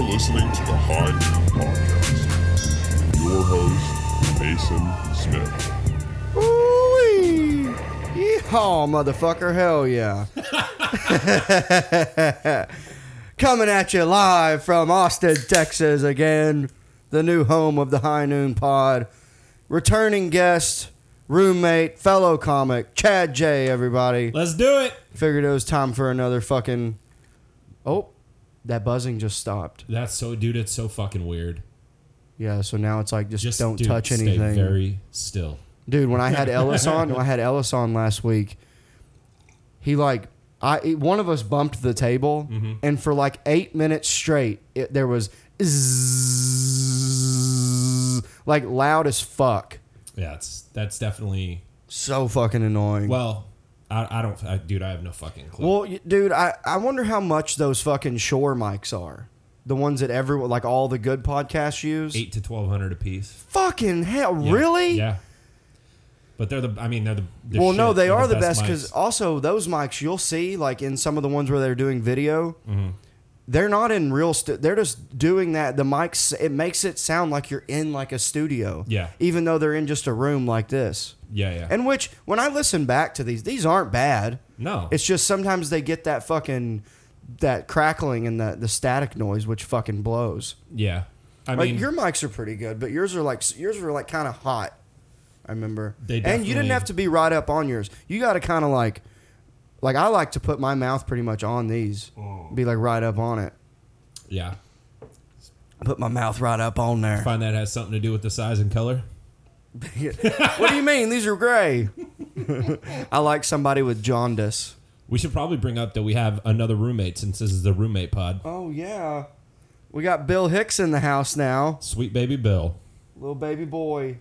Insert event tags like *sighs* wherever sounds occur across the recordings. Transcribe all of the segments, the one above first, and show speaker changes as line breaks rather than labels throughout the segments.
listening to the High Noon Podcast with your host, Mason Smith.
Ooh-wee. Yeehaw, motherfucker. Hell yeah. *laughs* Coming at you live from Austin, Texas again, the new home of the High Noon Pod. Returning guest, roommate, fellow comic, Chad J, everybody.
Let's do it.
Figured it was time for another fucking. Oh, that buzzing just stopped.
That's so, dude. It's so fucking weird.
Yeah, so now it's like just,
Just
don't
dude,
touch
stay
anything.
Very still.
Dude, when I
*laughs*
had Ellis on, when I had Ellis on last week, he like I he- one of us bumped the table,
Mm-hmm.
and for like eight minutes straight, it, there was zzzz, like loud as fuck.
Yeah, it's that's definitely.
So fucking annoying. Well,
Well, I, I don't, I, dude. I have no fucking clue.
well y- dude, I I wonder how much those fucking shore mics are. The ones that everyone like all the good podcasts use.
Eight to twelve hundred a piece.
Fucking hell,
Yeah.
really?
Yeah. But they're the. I mean, they're the. the
well, no,
shit.
they
They're
are the best
mics.
because also those mics you'll see like in some of the ones where they're doing video,
Mm-hmm.
they're not in real. St- they're just doing that. The mics it makes it sound like you're in like a studio.
Yeah.
even though they're in just a room like this.
Yeah, yeah.
And which when I listen back to these, these aren't bad.
no,
It's just sometimes they get that fucking that crackling and the the static noise, which fucking blows.
yeah. I
Like
mean,
your mics are pretty good, but yours are like yours were like kind of hot. I remember.
They
and you didn't
definitely-
have to be right up on yours. You got to kind of like, like I like to put my mouth pretty much on these, be like right up on it.
yeah.
Put my mouth right up on there.
Find that has something to do with the size and color.
*laughs* what do you mean? These are *laughs* gray. I like somebody with jaundice.
We should probably bring up that we have another roommate since this is the roommate pod.
Oh yeah, we got Bill Hicks in the house now,
Sweet baby Bill.
little baby boy.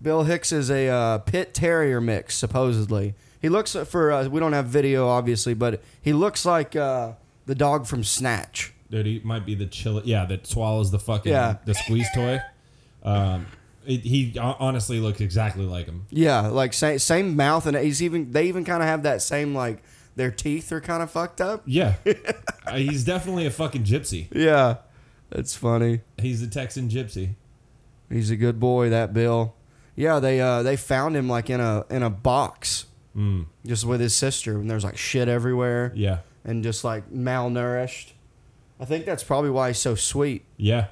Bill Hicks is a uh, pit terrier mix, supposedly. He looks for uh, we don't have video, obviously, but he looks like uh, the dog from Snatch.
Dude, he might be the chill. Yeah, that swallows the fucking
Yeah.
the squeeze toy. Um, it, he ho- honestly looks exactly like him.
Yeah, like same, same mouth, and he's even they even kind of have that same like their teeth are kind of fucked up. *laughs*
Yeah, Uh, he's definitely a fucking gypsy.
Yeah, that's funny.
He's the Texan gypsy.
He's a good boy, that Bill. Yeah, they uh, they found him like in a in a box,
Mm,
just with his sister, and there's like shit everywhere,
yeah,
and just like malnourished. I think that's probably why he's so sweet.
yeah.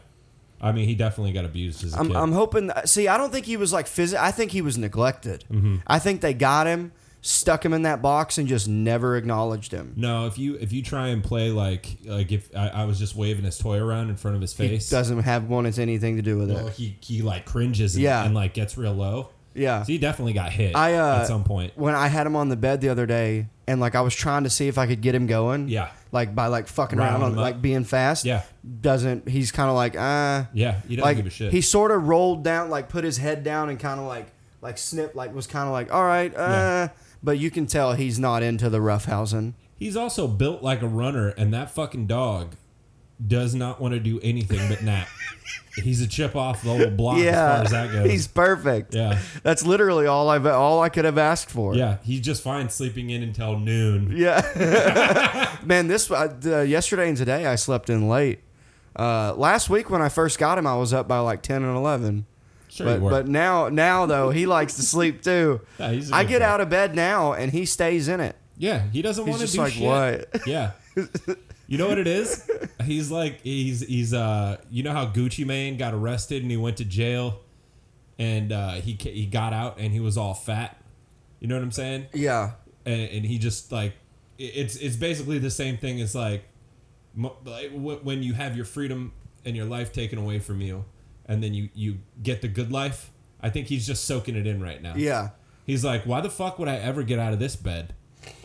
I mean, he definitely got abused as a
I'm,
kid.
I'm hoping. See, I don't think he was like phys- I think he was neglected.
Mm. Mm-hmm.
I think they got him, stuck him in that box, and just never acknowledged him.
no, if you if you try and play like like if I, I was just waving his toy around in front of his
He
face,
doesn't have wanted anything to do with
well,
it.
he he like cringes and,
Yeah.
and like gets real low.
Yeah.
So he definitely got hit
I, uh,
at some point.
When I had him on the bed the other day, and like I was trying to see if I could get him going.
Yeah.
Like by like fucking
Round
around,
him up.
like being fast.
Yeah.
Doesn't he's kind of like uh
Yeah, he doesn't
like
give a shit.
he sort of rolled down, like put his head down and kind of like like snip, like was kind of like all right, uh.
Yeah.
But you can tell he's not into the roughhousing.
He's also built like a runner, and that fucking dog does not want to do anything
*laughs*
but nap. He's a chip off the old block
yeah,
Oh, as far as that
*laughs*
goes.
he's perfect.
Yeah.
that's literally all I've all I could have asked for.
yeah, he's just fine sleeping in until noon.
yeah.
*laughs*
*laughs* Man, this uh, the- yesterday and today I slept in late. Uh, last week when I first got him, I was up by like ten and eleven.
Sure,
but
you were.
but now now though he likes to
*laughs*
sleep too.
Yeah, he's a
I
good
get
boy.
out of bed now and he stays in it.
Yeah, he doesn't
He's
want to
just
do
like
shit.
what? *laughs*
Yeah. You know what it is? He's like he's he's uh you know how Gucci Mane got arrested and he went to jail and uh he ca- he got out and he was all fat. You know what I'm saying?
Yeah,
and, and he just like it- it's it's basically the same thing as like, mo- like wh- when you have your freedom and your life taken away from you and then you you get the good life i think he's just soaking it in right now
yeah,
he's like why the fuck would i ever get out of this bed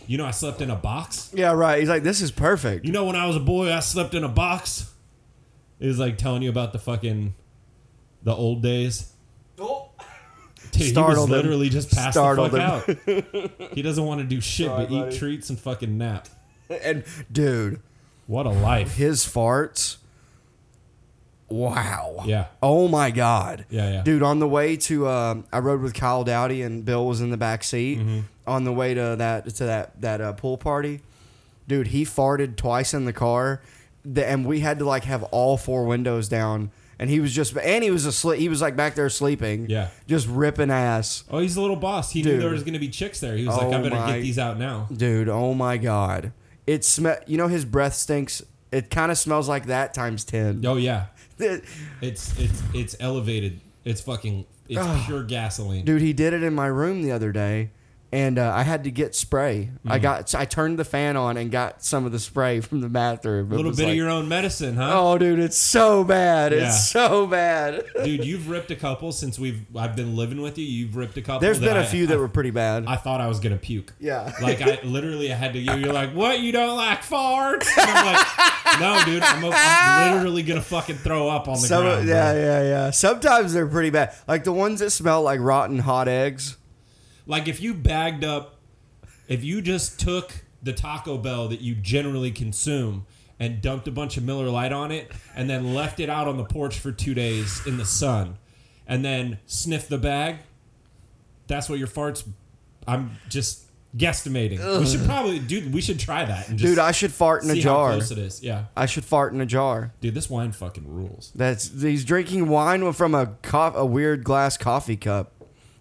you know i slept in a box
yeah. Right. He's like, this is perfect. *laughs*
you know when i was a boy i slept in a box it was like telling you about the fucking the old days Dude,
Oh. Startled
he
him.
was literally just passed
Startled
the fuck out. he doesn't want to do shit
Sorry,
but
buddy.
eat treats and fucking nap.
And dude,
What a life.
his farts. Wow.
Yeah.
Oh my god.
Yeah, yeah.
Dude, on the way to um, I rode with Kyle Dowdy and Bill was in the back seat
Mm-hmm.
on the way to that to that that uh, pool party. Dude, he farted twice in the car. the, and we had to like have all four windows down. And he was just, and he was asleep. He was like back there sleeping.
Yeah.
Just ripping ass.
Oh, he's a little boss. He knew
Dude.
there was gonna be chicks there. He was like,
Oh
I better
my-
get these out now.
Dude, oh my god. It sm you know his breath stinks. It kind of smells like that times 10. *laughs*
Oh yeah,
Th-
it's it's it's elevated. It's fucking it's pure gasoline.
Dude, he did it in my room the other day and uh, I had to get spray.
Mm.
I got I turned the fan on and got some of the spray from the bathroom.
a little bit of your own medicine, huh?
Oh dude, it's so bad.
Yeah.
It's so bad.
*laughs*
*laughs*
Dude, you've ripped a couple since we've I've been living with you. You've ripped a couple.
There's
that
been a
I-
few that were pretty bad.
I, I thought I was gonna puke.
Yeah.
Like I literally I had to. You're like, what? You don't like farts? And I'm like,
*laughs*
no, dude. I'm, a, I'm literally gonna fucking throw up on the
Some,
ground.
yeah,
bro."
yeah, yeah. Sometimes they're pretty bad. Like the ones that smell like rotten hot eggs.
Like if you bagged up, if you just took the Taco Bell that you generally consume and dumped a bunch of Miller Lite on it, and then left it out on the porch for two days in the sun, and then sniffed the bag, that's what your farts. I'm just guesstimating.
*laughs*
We should probably, dude. We should try that and just
Dude, I should fart in
see
a jar.
how close it is. Yeah,
I should fart in a jar.
dude, this wine fucking rules.
That's he's drinking wine from a co- a weird glass coffee cup.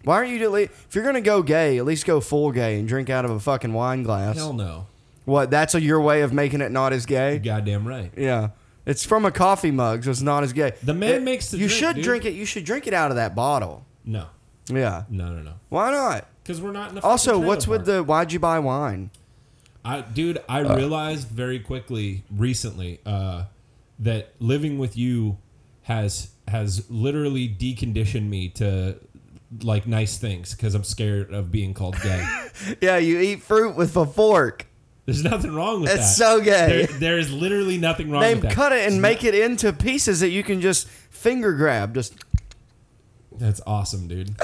Why aren't you dele- if you're gonna go gay, at least go full gay and drink out of a fucking wine glass?
Hell no.
What? That's a, your way of making it not as gay.
Goddamn right.
Yeah, it's from a coffee mug, so it's not as gay.
The man
It-
makes the
You
drink,
should
dude.
drink it. You should drink it out of that bottle.
No,
Yeah.
no, no, no.
Why not?
Because we're not in the. fucking
Also,
trailer
what's
park.
with the Uh. why'd you buy wine?
I, dude, I realized very quickly recently uh, that living with you has has literally deconditioned me to like nice things because I'm scared of being called gay.
*laughs* Yeah, you eat fruit with a fork.
There's nothing wrong with
It's
that.
so gay.
There, there is literally nothing wrong
They
with that.
cut it and make it into pieces that you can just finger grab. Just
That's awesome, dude.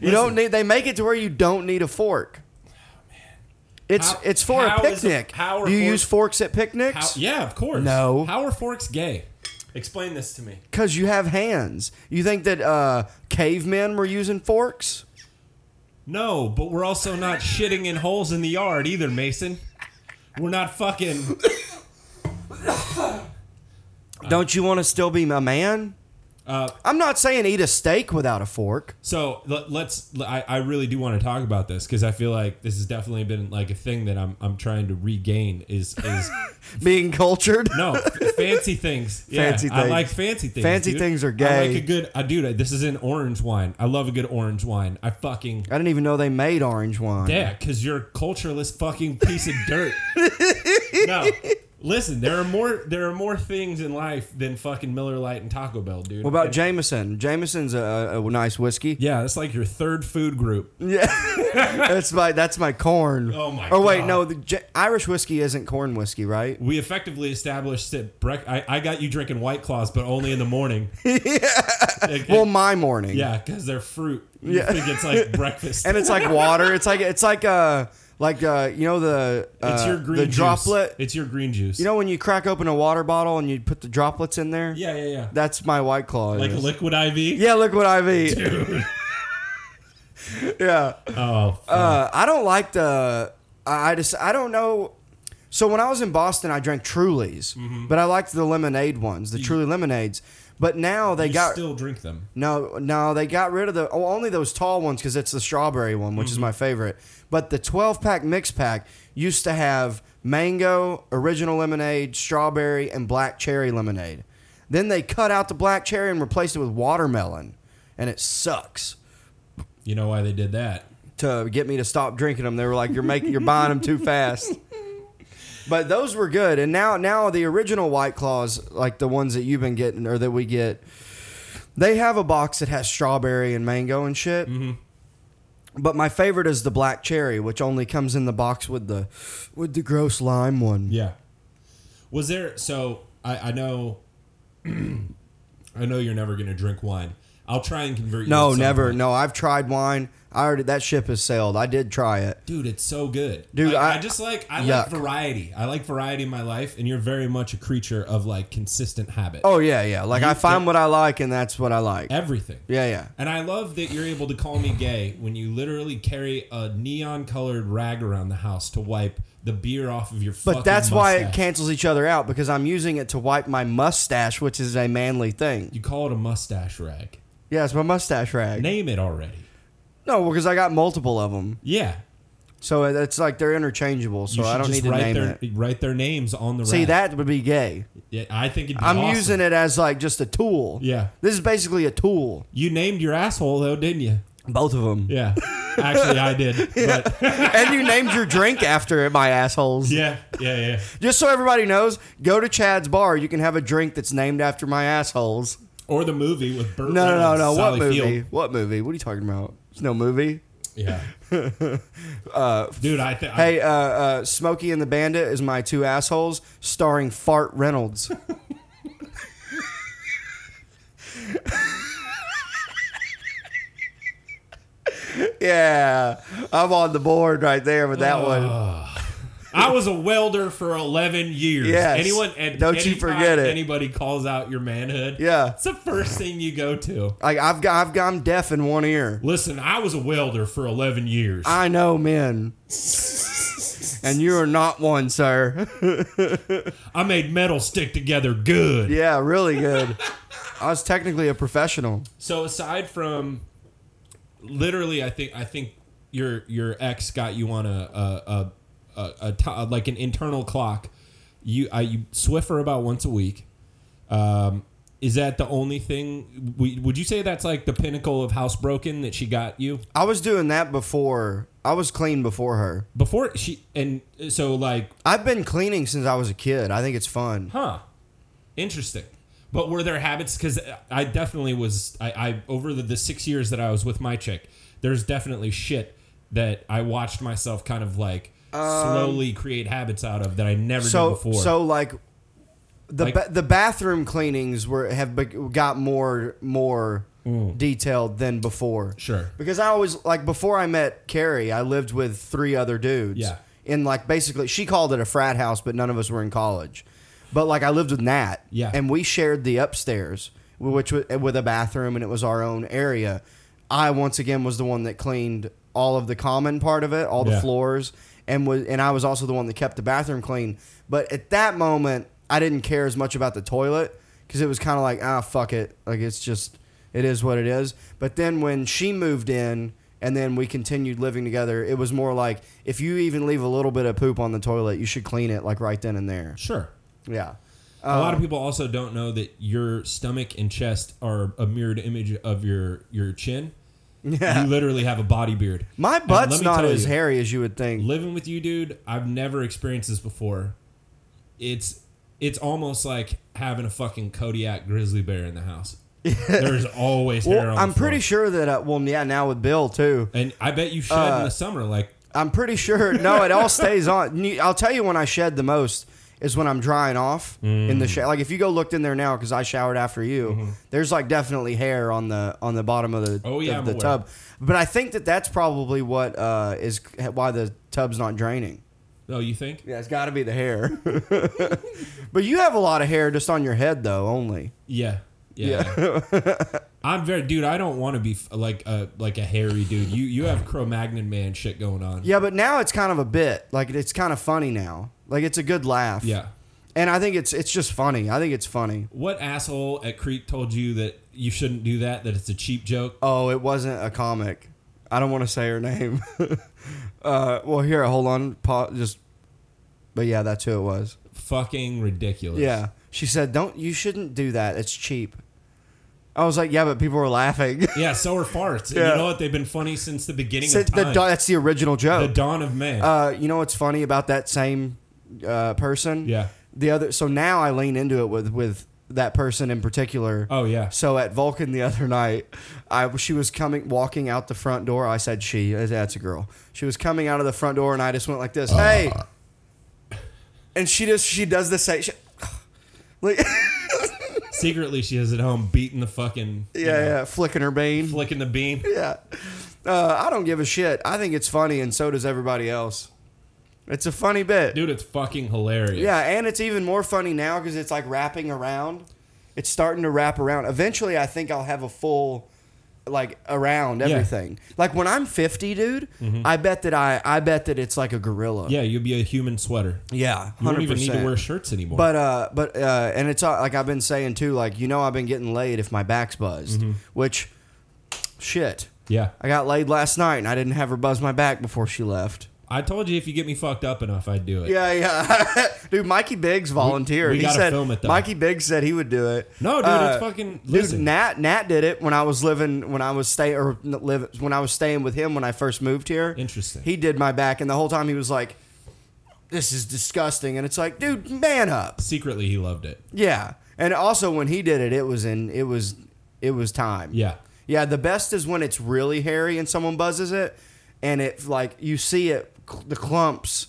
You don't need. They make it to where you don't need a fork. It's
Oh, How-
it's for a
how is a-
picnic.
how are
Do you
forks-
use forks at *laughs*
How,
picnics?
yeah, of course.
No.
How are forks gay? Explain this to me.
Because you have hands. You think that uh, cavemen were using forks?
No, but we're also not shitting in holes in the yard either, Mason. We're not fucking.
don't you want to still be a man?
Uh,
I'm not saying eat a steak without a fork.
So let, let's. I, I really do want to talk about this because I feel like this has definitely been like a thing that I'm I'm trying to regain. Is is
Being cultured.
no f- fancy things. Yeah,
Fancy
I
things.
like fancy things.
Fancy
dude.
things are
I
gay.
like a good. I do. This is an orange wine. I love a good orange wine. I fucking
I didn't even know they made orange wine.
yeah. Because you're a cultureless fucking piece of dirt.
*laughs*
no, listen. There are more. There are more things in life than fucking Miller Lite and Taco Bell, dude.
What about Jameson? Jameson's a, a nice whiskey.
yeah, that's like your third food group.
That's my that's my corn.
Oh my
Or wait,
God.
no, the J- Irish whiskey isn't corn whiskey, right?
we effectively established that brec- I, I got you drinking White Claws, but only in
*laughs*
the morning. Like,
Well, my morning.
yeah, because they're fruit. You think
*laughs*
it's like breakfast.
and it's like water. It's like it's like uh like uh you know the uh,
it's your green
the
juice.
droplet.
It's your green juice.
You know when you crack open a water bottle and you put the droplets in there.
yeah, yeah, yeah.
that's my white claw.
like
is.
liquid IV.
yeah, look what I've eaten. *laughs*
*laughs*
yeah,
Oh, fuck.
uh, I don't like the. I I just I don't know. So when I was in Boston, I drank Trulies,
Mm-hmm.
but I liked the lemonade ones, the Truly lemonades. But now they
you
got
still drink them.
No, no, they got rid of the oh, only those tall ones because it's the strawberry one, which is my favorite. But the 12 pack mix pack used to have mango, original lemonade, strawberry, and black cherry lemonade. Then they cut out the black cherry and replaced it with watermelon, and it sucks.
You know why they did that?
To get me to stop drinking them, they were like, "You're making, you're buying them too fast." But those were good, and now now the original White Claws, like the ones that you've been getting or that we get, they have a box that has strawberry and mango and shit. But my favorite is the black cherry, which only comes in the box with the with the gross lime one.
Yeah. Was there so I, I know *clears throat* I know you're never gonna drink wine. I'll try and convert you. at
No,
some
never.
point.
No, I've tried wine. I already that ship has sailed. I did try it.
Dude, it's so good.
Dude,
Like, I,
I-
just like I
Yuck.
like variety. I like variety in my life, and you're very much a creature of like consistent habit.
Oh yeah, yeah. Like I find what I like, and that's what I like.
Everything.
Yeah, yeah.
And I love that you're able to call me gay when you literally carry a neon colored rag around the house to wipe the beer off of your. fucking
But that's why it
mustache.
cancels each other out because I'm using it to wipe my mustache, which is a manly thing.
You call it a mustache rag.
Yeah, it's my mustache rag.
Name it already.
No, because I got multiple of them,
Yeah,
so it- it's like they're interchangeable. So I don't need to name
write their
it.
write their names on the.
See,
rag.
that would be gay.
Yeah, I think it'd be
I'm
awesome.
using it as like just a tool.
Yeah,
This is basically a tool.
you named your asshole though, didn't you?
Both of them.
Yeah, actually,
*laughs*
I did. But
and you named your drink after it, my assholes.
*laughs* yeah, yeah, yeah.
Just so everybody knows, go to Chad's bar. You can have a drink that's named after my assholes.
Or the movie with Burt.
No, no, no,
Reynolds,
no. What
Sally
movie?
Field.
What movie? What are you talking about? It's no movie.
Yeah.
*laughs*
Dude, I think.
Hey, uh, uh, Smokey and the Bandit is my two assholes, starring Fart Reynolds. yeah, I'm on the board right there with that one.
I was a welder for 11 years.
Yes.
Anyone and
Don't you
anytime
forget it.
Anybody calls out your manhood.
Yeah.
It's the first thing you go to.
Like I've got, I've gone deaf in one ear.
Listen, I was a welder for 11 years.
I know men, and you are not one, sir. *laughs*
I made metal stick together good.
yeah, really good. I was technically a professional.
So aside from literally I think I think your your ex got you on a a, a, a, a to- like an internal clock. You I you Swiffer about once a week. Um is that the only thing? we- Would you say that's like the pinnacle of housebroken that she got you?
I was doing that before. I was clean before her.
before she and so like
I've been cleaning since I was a kid. I think it's fun.
huh interesting but were there habits because i definitely was i, I over the, the six years that i was with my chick there's definitely shit that i watched myself kind of like slowly create habits out of that i never
Um, so
did before
so like the
Like-
ba- the bathroom cleanings were have be- got more more detailed than before.
Mm. Sure.
Because I always like before I met Carrie, I lived with three other dudes.
Yeah.
In like basically, she called it a frat house, but none of us were in college. But like I lived with Nat.
Yeah.
And we shared the upstairs, which was with a bathroom, and it was our own area. I once again was the one that cleaned all of the common part of it, all the
Yeah.
floors floors and was and I was also the one that kept the bathroom clean. But at that moment, I didn't care as much about the toilet because it was kind of like ah fuck it, like it's just it is what it is. But then when she moved in and then we continued living together, it was more like if you even leave a little bit of poop on the toilet, you should clean it like right then and there.
sure
Yeah. Um,
a lot of people also don't know that your stomach and chest are a mirrored image of your your chin
Yeah. *laughs*
you literally have a body beard
My
And
butt's
let me
not
tell
as
you,
hairy as you would think.
living with you dude i've never experienced this before it's it's almost like having a fucking kodiak grizzly bear in the
*laughs*
house there's always hair
Well,
on
I'm
the floor.
pretty sure that uh, well yeah, now with Bill too.
and i bet you shed
Uh,
in the summer like
I'm pretty sure. No, it all stays on. You- I'll tell you when I shed the most is when I'm drying off in the shower. Like if you go looked in there now because I showered after you, there's like definitely hair on the on the bottom of the
Oh, yeah,
of
I'm
the
aware.
tub. But I think that that's probably what uh, is why the tub's not draining.
oh you think
Yeah, it's got to be the hair. *laughs* but you have a lot of hair just on your head though, only.
yeah yeah,
*laughs*
i'm very dude i don't want to be f- like a like a hairy dude you you have cro-magnon man shit going on
Yeah, but now it's kind of a bit. Like it's kind of funny now. Like it's a good laugh.
yeah
And I think it's it's just funny. I think it's funny.
what asshole at creek told you that you shouldn't do that that it's a cheap joke
Oh, it wasn't a comic. I don't want to say her name. *laughs* uh, well, here, hold on, pa- just. But yeah, that's who it was.
fucking ridiculous
Yeah, she said, "Don't you shouldn't do that. It's cheap." I was like, "Yeah, but people were laughing." *laughs*
yeah so are farts And
Yeah.
you know what they've been funny since the beginning
Said
of
the,
time
do- that's the original
The
joke.
dawn of man.
uh, you know what's funny about that same uh, person?
Yeah.
The other. So now I lean into it with with that person in particular.
oh yeah.
So at Vulcan the other night, I she was coming walking out the front door. I said she, that's a girl. She was coming out of the front door, and I just went like this, hey. And she just she does the same. She, *sighs* like *laughs* yeah
Secretly, she is at home beating the fucking you know,
yeah, flicking her bean.
flicking the beam.
yeah, uh, I don't give a shit. I think it's funny, and so does everybody else. It's a funny bit.
Dude, it's fucking hilarious.
Yeah, and it's even more funny now because it's like wrapping around. It's starting to wrap around. Eventually, I think I'll have a full like around everything. Like when I'm 50, dude, I bet that I I bet that it's like a gorilla.
Mm-hmm. Yeah, you'll be a human sweater.
Yeah,
You don't even need to
100%.
wear shirts anymore.
But uh, but uh, and it's all, like I've been saying too. Like you know, I've been getting laid if my back's buzzed,
Mm-hmm.
which shit.
yeah,
I got laid last night and I didn't have her buzz my back before she left.
I told you if you get me fucked up enough, I'd do it.
Yeah, yeah, *laughs* dude. Mikey Biggs volunteered.
we
he
gotta
said
film it, though.
Mikey Biggs said he would do it.
No, dude,
Uh,
it's fucking.
Dude,
Listen,
Nat Nat did it when I was living when I was stay or n- live when I was staying with him when I first moved here.
Interesting.
He did my back, and the whole time he was like, "This is disgusting," and it's like, dude, man up.
secretly he loved it.
Yeah, and also when he did it, it was in it was it was time.
Yeah.
yeah. The best is when it's really hairy and someone buzzes it, and it like you see it cl- the clumps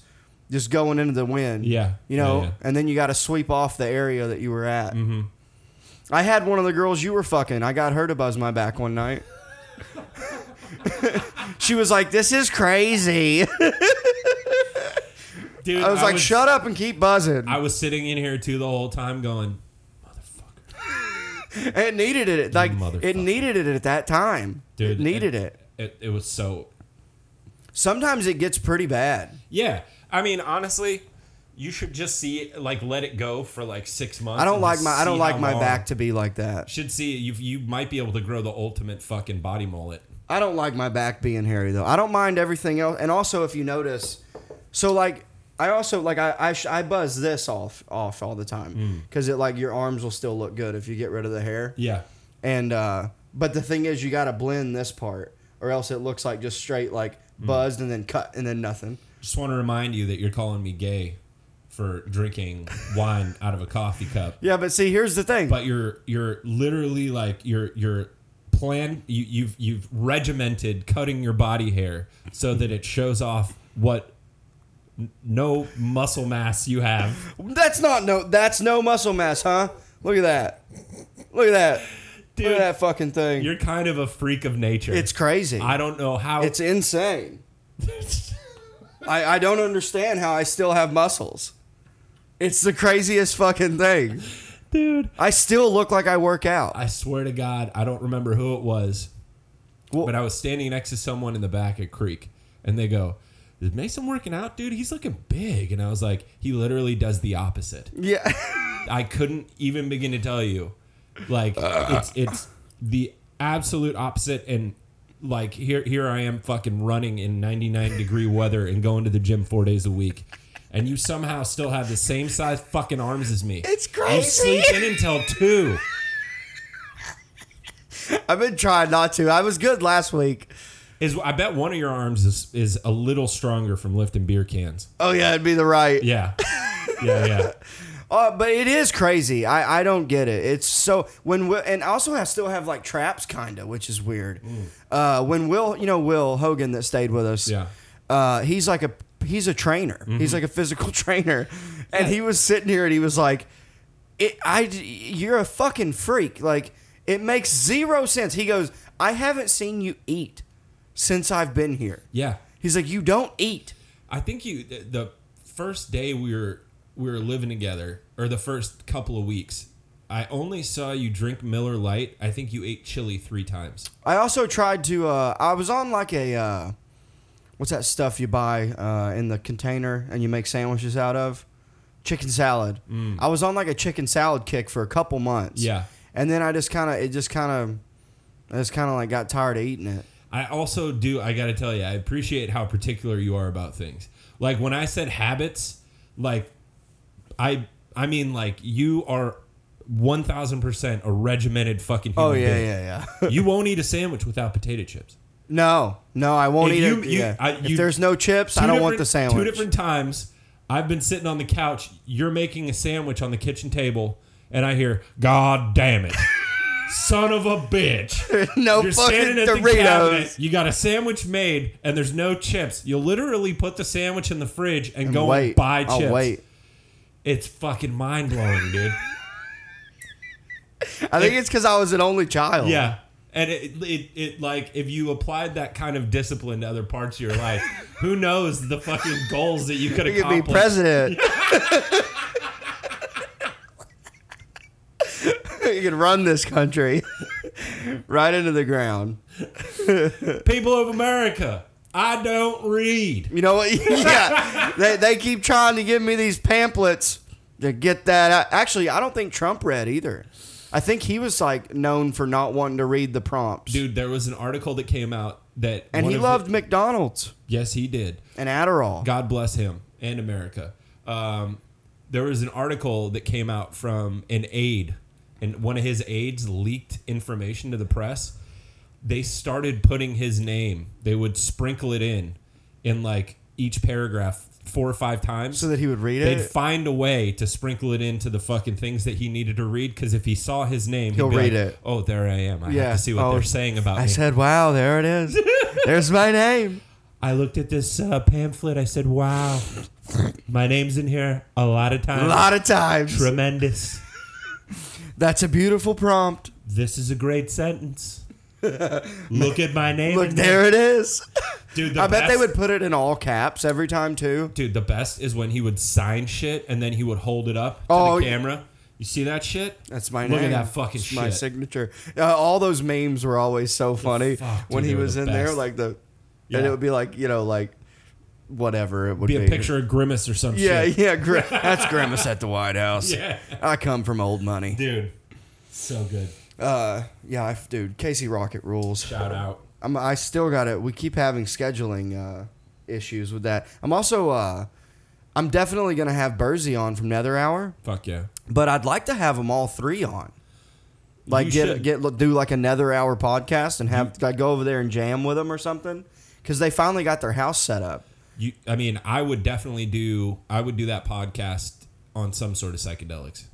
just going into the wind.
Yeah.
you know,
Yeah, yeah.
and then you got to sweep off the area that you were at. Mm-hmm. I had one of the girls you were fucking. I got her to buzz my back one night.
*laughs*
she was like, "This is crazy." *laughs*
Dude,
I was like, "Shut up and keep buzzing."
I was sitting in here too the whole time going, motherfucker.
It needed it. Like it
Motherfucker.
needed it at that time. it
Dude,
needed
and-
it.
It, it was so.
Sometimes it gets pretty bad.
Yeah. I mean, honestly, you should just see, like, let it go for like six months.
I don't
and
like
just
my I don't
see
like
how
my
long.
back to be like that.
Should see you. You might be able to grow the ultimate fucking body mullet.
I don't like my back being hairy though. I don't mind everything else. And also, if you notice, so like I also like I I, sh- I buzz this off off all the time
Mm.
because it like your arms will still look good if you get rid of the hair.
Yeah.
And uh but the thing is, you got to blend this part or else it looks like just straight like
Mm.
buzzed and then cut and then nothing.
Just want to remind you that you're calling me gay for drinking wine out of a coffee cup.
Yeah, but see, here's the thing.
but you're you're literally like you're you're planned you, you've you've regimented cutting your body hair so that it shows off what n- no muscle mass you have
That's not no. That's no muscle mass, huh? Look at that. Look at that. Look
Dude,
at that fucking thing.
you're kind of a freak of nature
It's crazy.
i don't know how
it's insane. I, I don't understand how I still have muscles. It's the craziest fucking thing.
*laughs* dude
I still look like I work out.
i swear to god i don't remember who it was
Well-
but i was standing next to someone in the back at creek and they go is mason working out dude he's looking big and i was like he literally does the opposite
Yeah. *laughs*
I couldn't even begin to tell you.
*laughs*
Like
Uh.
it's it's the absolute opposite and like here here I am fucking running in 99 degree weather and going to the gym 4 days a week. And you somehow still have the same size fucking arms as me.
It's
You
crazy.
sleep
*laughs*
in until 2.
I've been trying not to. I was good last week.
Is I bet one of your arms is is a little stronger from lifting beer cans.
Oh yeah, it'd be the right.
Yeah.
*laughs*
Yeah, yeah.
Uh, but it is crazy. I, I don't get it. It's so when Will, and also I still have like traps kind of, which is weird.
Mm.
Uh, when Will, you know Will Hogan that stayed with us.
Yeah. Mm-hmm.
Uh, he's like a he's a trainer. He's like a physical *laughs* trainer, and he was sitting here and he was like, "It I you're a fucking freak. Like it makes zero sense." He goes, "I haven't seen you eat since I've been here."
Yeah.
He's like, "You don't eat."
I think you the, the first day we were we were living together, or the first couple of weeks. I only saw you drink Miller Light. I think you ate chili three times.
I also tried to. Uh, I was on like a uh, what's that stuff you buy uh, in the container and you make sandwiches out of? Chicken salad. I was on like a chicken salad kick for a couple months.
Mm. Yeah.
and then I just kind of it just kind of I just kind of like got tired of eating it.
I also do. I gotta tell you, I appreciate how particular you are about things. Like when I said habits, like I I mean like you are one thousand percent a regimented fucking. Human
Oh yeah,
being.
yeah, yeah. *laughs*
you won't eat a sandwich without potato chips.
no, no, I won't
If
eat
you-
it.
you-
yeah.
I- you-
if there's no chips, I
two
don't want the
different-
sandwich.
Two different times, I've been sitting on the couch. You're making a sandwich on the kitchen table, and I hear, "God
*laughs*
damn it, son of a bitch!"
*laughs* no
You're
fucking
standing at the cabinet.
Doritos.
You got a sandwich made, and there's no chips. You literally put the sandwich in the fridge and, go and
wait,
buy
I'll
chips.
wait.
It's fucking mind
*laughs*
blowing, dude.
I think it's because I was an only child.
yeah. And it, it, it, like, if you applied that kind of discipline to other parts of
*laughs*
your life, who knows the fucking goals that you could
You could be
accomplish?
president.
*laughs*
you could run this country. right into the ground.
People of America, I don't read.
You know what? *laughs* yeah, they they keep trying to give me these pamphlets to get that. Out. Actually, I don't think Trump read either. I think he was like known for not wanting to read the prompts.
Dude, there was an article that came out that
and
one
he
of
loved
the-
McDonald's
yes, he did.
and Adderall.
God bless him and America. Um, there was an article that came out from an aide, and one of his aides leaked information to the press. They started putting his name. They would sprinkle it in, in like each paragraph four or five times,
So that he would read
they'd
it?
find a way to sprinkle it into the fucking things that he needed to read. Because if he saw his name, he'd
He'll
be
read
like,
it.
Oh, there I am. I
Yeah.
have to see what
Oh,
they're saying about
I
me.
said, "Wow, there it
*laughs*
is. There's my name."
I looked at this uh, pamphlet. I said, "Wow, my name's in here a lot of times.
A lot of times.
Tremendous.
That's a beautiful prompt.
This is a great
*laughs*
sentence. Look at my name.
Look,
in
there it is.
dude. The
I bet they
best-
would put it in all caps every time too.
Dude, the best is when he would sign shit and then he would hold it up to
Oh,
the
yeah.
camera. You see that shit?
That's my
Look
name.
at that fucking
It's
shit.
My signature. Uh, all those memes were always so funny
fuck, dude,
when he
they were
was
the
in there,
best.
like the, and
Yeah.
it would be like you know like, whatever it would
be
be.
a picture of grimace or some
Yeah,
shit.
yeah. Gr-
*laughs*
that's Grimace at the White House.
Yeah.
I come from old money.
Dude, so good.
Uh, yeah, I, dude. Casey Rocket rules.
Shout out.
I'm, I still got it. We keep having scheduling uh, issues with that. I'm also, uh, I'm definitely gonna have Bursey on from Nether Hour,
Fuck yeah.
but I'd like to have them all three on. Like
You
get
should.
get do like another hour podcast and have like go over there and jam with them or something because they finally got their house set up.
You, I mean, I would definitely do. I would do that podcast on some sort of psychedelics.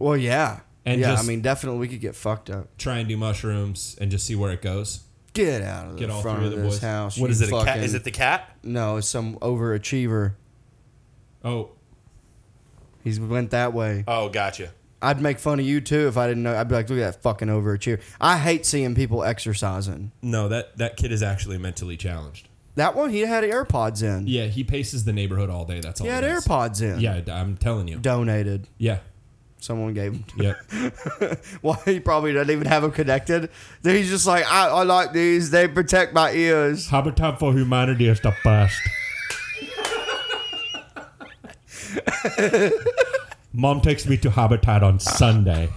Well, yeah,
And
yeah.
just-
I mean, definitely we could get fucked up.
Try and do mushrooms and just see where it goes.
Get out of the
Get all
front
three
of
of the
this
boys.
house.
What
you
is it? A cat?
fucking-
Is it the cat?
no, it's some overachiever.
Oh,
He's went that way.
Oh, gotcha.
I'd make fun of you too if I didn't know. I'd be like, look at that fucking overachiever. I hate seeing people exercising.
no, that that kid is actually mentally challenged.
That one, he had AirPods in.
Yeah, he paces the neighborhood all day. That's all.
He had
it is.
AirPods in.
Yeah, I'm telling you.
Donated.
Yeah,
Someone gave him. to-
yeah. *laughs*
*laughs* well, he probably doesn't even have them connected. Then he's just like, I, I like these. They protect my ears. *laughs*
Habitat for Humanity is the best. Mom takes me to Habitat on Sunday.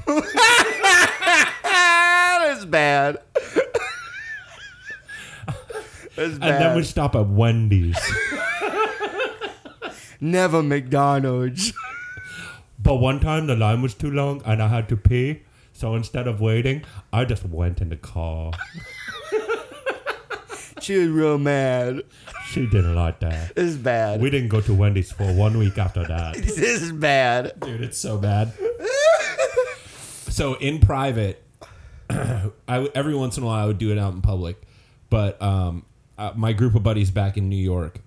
that is bad. *laughs* That's bad.
stop at *laughs* Wendy's.
Never McDonald's. *laughs*
But one time the line was too long and I had to pee. So instead of waiting, I just went in the car.
she was real mad.
She didn't like that.
This is bad. *laughs*
We didn't go to Wendy's for one week after that.
this is bad.
Dude, it's so bad. so in private, *clears throat* I w- every once in a while I would do it out in public, but um, uh, my group of buddies back in New York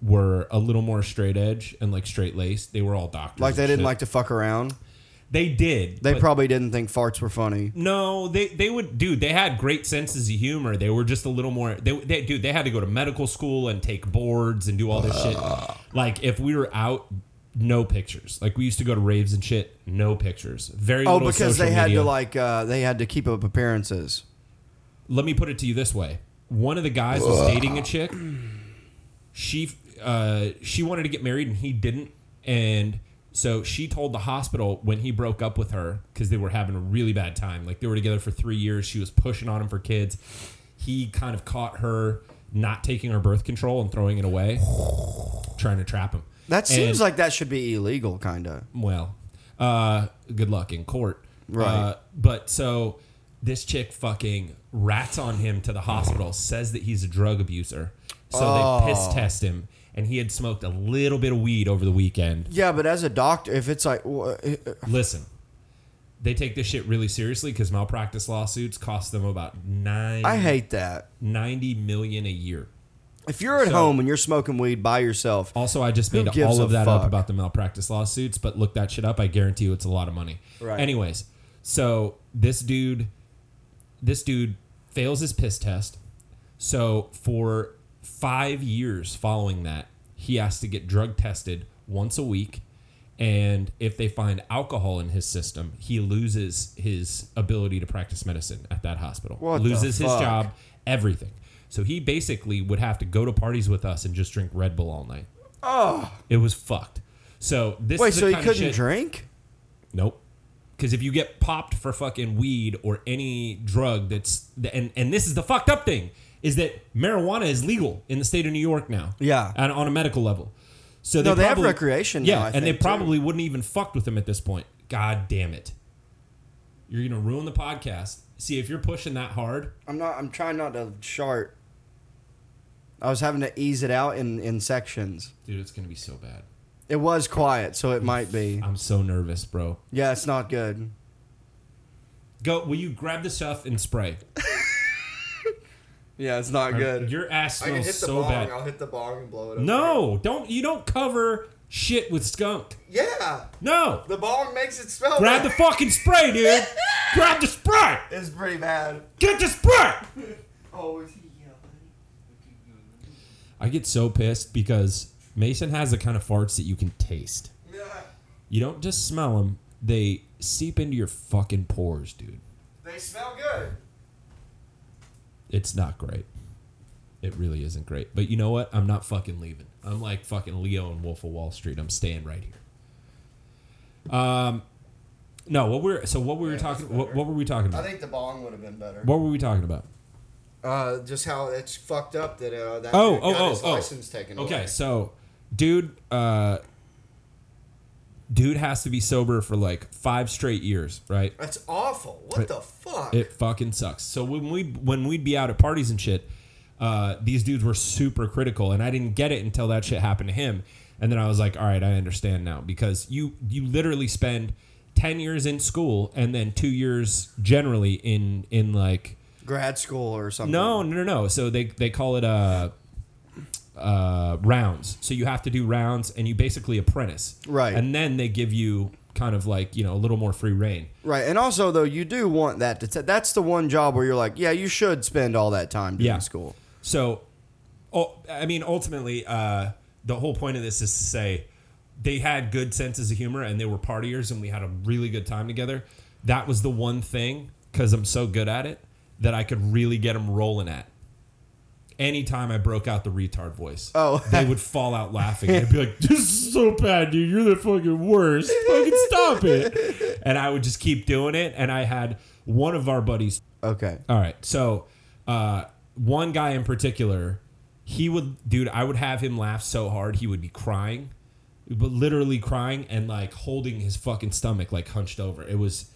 were a little more straight edge and like straight laced. They were all doctors.
Like they
and
didn't
shit.
like to fuck around.
They did.
They
but-
probably didn't think farts were funny.
No, they they would dude. They had great senses of humor. They were just a little more. They, they dude. They had to go to medical school and take boards and do all this shit. Like if we were out, no pictures. Like we used to go to raves and shit, no pictures. Very
Oh,
little
because
social
they had
media.
to like uh, they had to keep up appearances.
Let me put it to you this way: one of the guys was dating a chick. She uh, she wanted to get married and he didn't, and so she told the hospital when he broke up with her because they were having a really bad time. Like they were together for three years. She was pushing on him for kids. He kind of caught her not taking her birth control and throwing it away, trying to trap him.
That seems
And-
like that should be illegal, kind of.
well, uh, good luck in court.
Right.
Uh, but so this chick fucking rats on him to the hospital, says that he's a drug abuser. So
Oh.
they piss test him, and he had smoked a little bit of weed over the weekend.
Yeah, but as a doctor, if it's like, wha-
Listen, they take this shit really seriously because malpractice lawsuits cost them about nine,
I hate that.
90 million a year.
If you're at
So- Oh,
home and you're smoking weed by yourself,
Also, I just
Who
made
gives
all of
a
that up
fuck?
about the malpractice lawsuits, but look that shit up. I guarantee you it's a lot of money.
Right.
Anyways, so this dude this dude fails his piss test. So for 5 years following that, he has to get drug tested once a week And if they find alcohol in his system, he loses his ability to practice medicine at that hospital.
What the
loses his
fuck?
job, everything. So he basically would have to go to parties with us and just drink Red Bull all night. Oh, it was fucked. So this
Wait,
is the
so he
kind of
couldn't
shit-
drink?
Nope. Because if you get popped for fucking weed or any drug that's and and this is the fucked up thing is that marijuana is legal in the state of New York now.
Yeah.
And on a medical level. So
No, they have
probably,
recreation now,
Yeah,
I
and they
think, too.
probably wouldn't even fucked with him at this point. God damn it! You're gonna ruin the podcast. See if you're pushing that hard.
I'm not. I'm trying not to shart. I was having to ease it out in in sections.
Dude, it's gonna be so bad.
It was quiet, so it might be.
I'm so nervous, bro.
Yeah, it's not good.
Go. Will you grab the stuff and spray?
Yeah, it's not good.
Your ass smells so bad.
hit the bong and blow it.
No, don't. You don't cover shit with skunk.
Yeah,
No.
the bong makes it smell.
Grab the fucking spray, dude. Grab the spray.
It's pretty bad.
Get the spray.
Oh, is he
I get so pissed because Mason has the kind of farts that you can taste.
yelling?
You don't just smell them; they seep into your fucking pores, dude.
They smell good.
It's not great. It really isn't great. But you know what? I'm not fucking leaving. I'm like fucking Leo and Wolf of Wall Street. I'm staying right here. Um, no. What we're so what we were
Yeah,
talking.
that's
What,
better.
what were we talking
I
about?
think the bong would have been better.
What were we talking about?
Uh, just how it's fucked up that uh, that
Oh,
dude
oh,
got
oh,
his
oh.
license taken away.
Okay, so dude uh dude has to be sober for like 5 straight years, right?
That's awful. What the fuck?
It fucking sucks. So when we when we'd be out at parties and shit, uh these dudes were super critical and I didn't get it until that shit happened to him. And then I was like, "All right, I understand now because you you literally spend 10 years in school and then 2 years generally in in like
Grad school or something.
no, no, no, no. So they they call it uh, uh, rounds. So you have to do rounds, and you basically apprentice,
Right.
And then they give you kind of like you know a little more free reign.
Right, and also though you do want that to t- that's the one job where you're like, yeah, you should spend all that time doing
Yeah.
school.
So, oh, I mean, ultimately, uh, the whole point of this is to say they had good senses of humor and they were partiers, and we had a really good time together. That was the one thing because I'm so good at it that I could really get them rolling at. Anytime I broke out the retard voice,
Oh.
they would fall out laughing. They'd be like, "This is so bad, dude. You're the fucking worst. Fucking stop it." And I would just keep doing it. And I had one of our buddies
Okay.
all right. So, uh, one guy in particular, he would, dude, I would have him laugh so hard he would be crying, but literally crying and like holding his fucking stomach like hunched over. It was,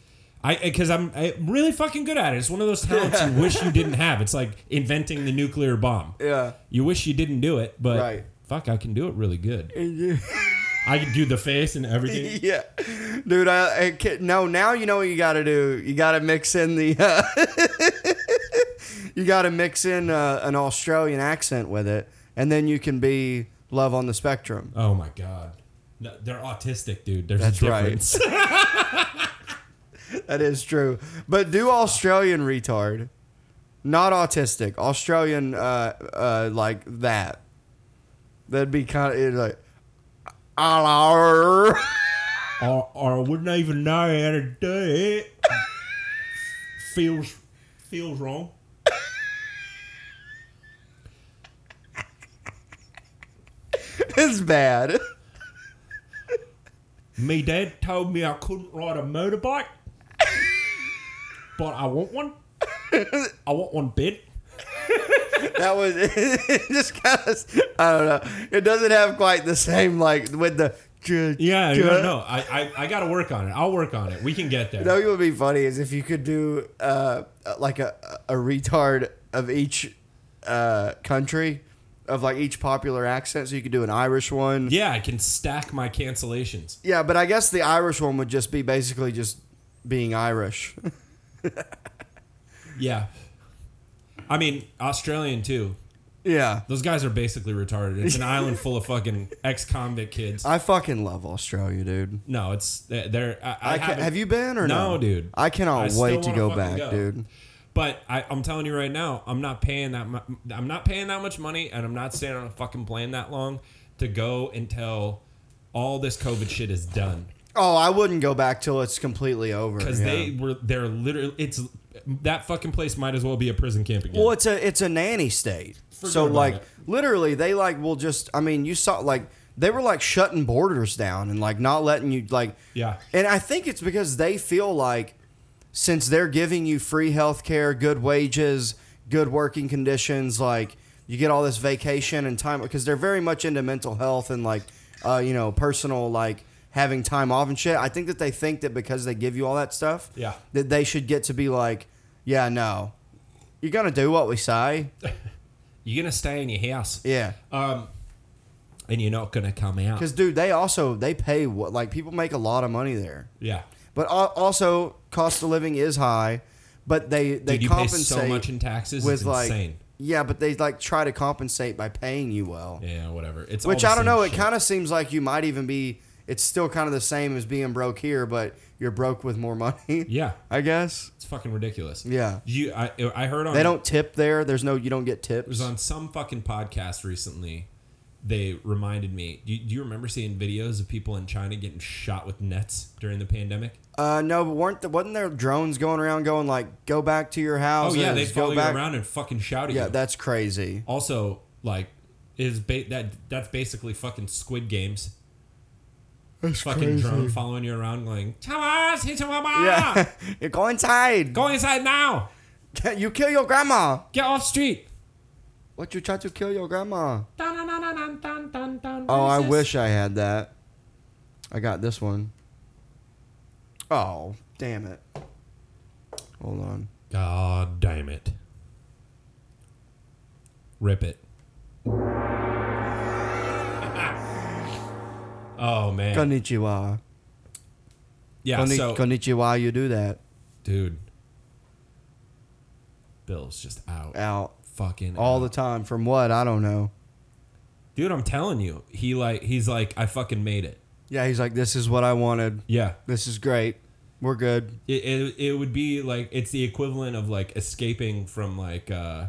I, because I'm, I'm really fucking good at it. It's one of those talents you wish you didn't have. It's like inventing the nuclear bomb.
Yeah.
You wish you didn't do it, but
Right.
fuck, I can do it really good. I can do the face
*laughs*
and everything.
*laughs* Yeah, dude. I, I can, no. Now you know what you got to do. You got to mix in the. Uh, *laughs* you got to mix in uh, an Australian accent with it, and then you can be love on the spectrum.
Oh my god. No, they're autistic, dude. There's
That's
a
right.
difference. *laughs*
That is true. But do Australian retard, not autistic. Australian, uh, uh, like that. That'd be kind of like. *laughs* Hello.
or, or I wouldn't even know how to do it. feels feels wrong.
it's bad.
Me dad told me I couldn't ride a motorbike, but I want one. I want one bed.
That was *laughs* it just kind of. I don't know. It doesn't have quite the same like with the.
Yeah, no, no, I, I, I gotta work on it. I'll work on it. We can get there.
No, what would be funny is if you could do uh, like a a retard of each uh, country, of like each popular accent. So you could do an Irish one.
yeah, I can stack my cancellations.
Yeah, but I guess the Irish one would just be basically just being Irish. *laughs*
Yeah, I mean Australian too.
yeah,
Those guys are basically retarded. It's an island full of fucking ex-convict kids.
I fucking love Australia, dude.
No, it's they're. I, I
I ca-
haven't-
have you been or no?
No, dude.
I cannot
I still
wait to
wanna
go
fucking
back,
go.
dude.
But I, I'm telling you right now, I'm not paying that. Mu- I'm not paying that much money, and I'm not staying on a fucking plane that long to go and tell all this COVID shit is done
Oh, I wouldn't go back till it's completely over.
because
yeah.
they were they're literally it's that fucking place might as well be a prison camp again.
Well, it's a it's a nanny state.
Forget
so
about
like
it.
literally, they like will just. I mean, you saw like they were like shutting borders down and like not letting you like.
Yeah.
And I think it's because they feel like since they're giving you free health care, good wages, good working conditions, like you get all this vacation and time because they're very much into mental health and like uh, you know personal like having time off and shit. I think that they think that because they give you all that stuff,
Yeah.
that they should get to be like, yeah, no, you're gonna do what we say.
You're gonna stay in your house,
Yeah,
um, and you're not gonna come out.
because dude, they also they pay what like people make a lot of money there,
Yeah,
but al- also cost of living is high. But they they
dude, you pay
compensate
so much in taxes.
with
it's
like
insane.
yeah, but they like try to compensate by paying you well,
yeah, whatever. It's
which I don't know. It kind of seems like you might even be. It's still kind of the same as being broke here, but you're broke with more *laughs* money.
yeah,
I guess.
it's fucking ridiculous.
Yeah.
you I I heard on
They don't tip there. There's no. You don't get tips.
It was on some fucking podcast recently. They reminded me. Do you, do you remember seeing videos of people in China getting shot with nets during the pandemic?
Uh, no, but weren't the, wasn't there drones going around going like, go back to your house?
Oh yeah, they follow
go
you
back.
around and fucking shout at
Yeah,
you.
that's crazy.
also, like, is ba- that that's basically fucking Squid Games. fucking drone following you around, going, "Tell us, it's a woman.
Yeah, *laughs* you're going inside.
Ah! *laughs* go inside now.
*laughs* You kill your grandma.
Get off street."
What you try to kill your grandma?
Dun, dun, dun, dun, dun, dun, dun.
Oh,
What is
I
this?
wish I had that. I got this one. Oh, damn it. Hold on.
God damn it. Rip it. *laughs* oh man.
Konnichiwa.
yeah,
Konni-
so
Konnichiwa, you do that.
dude. Bill's just out.
Out
Fucking
all
out.
the time. From what? I don't know.
Dude, I'm telling you. He like he's like I fucking made it.
Yeah, he's like, this is what I wanted.
Yeah.
This is great. We're good.
It, it, it would be like it's the equivalent of like escaping from like uh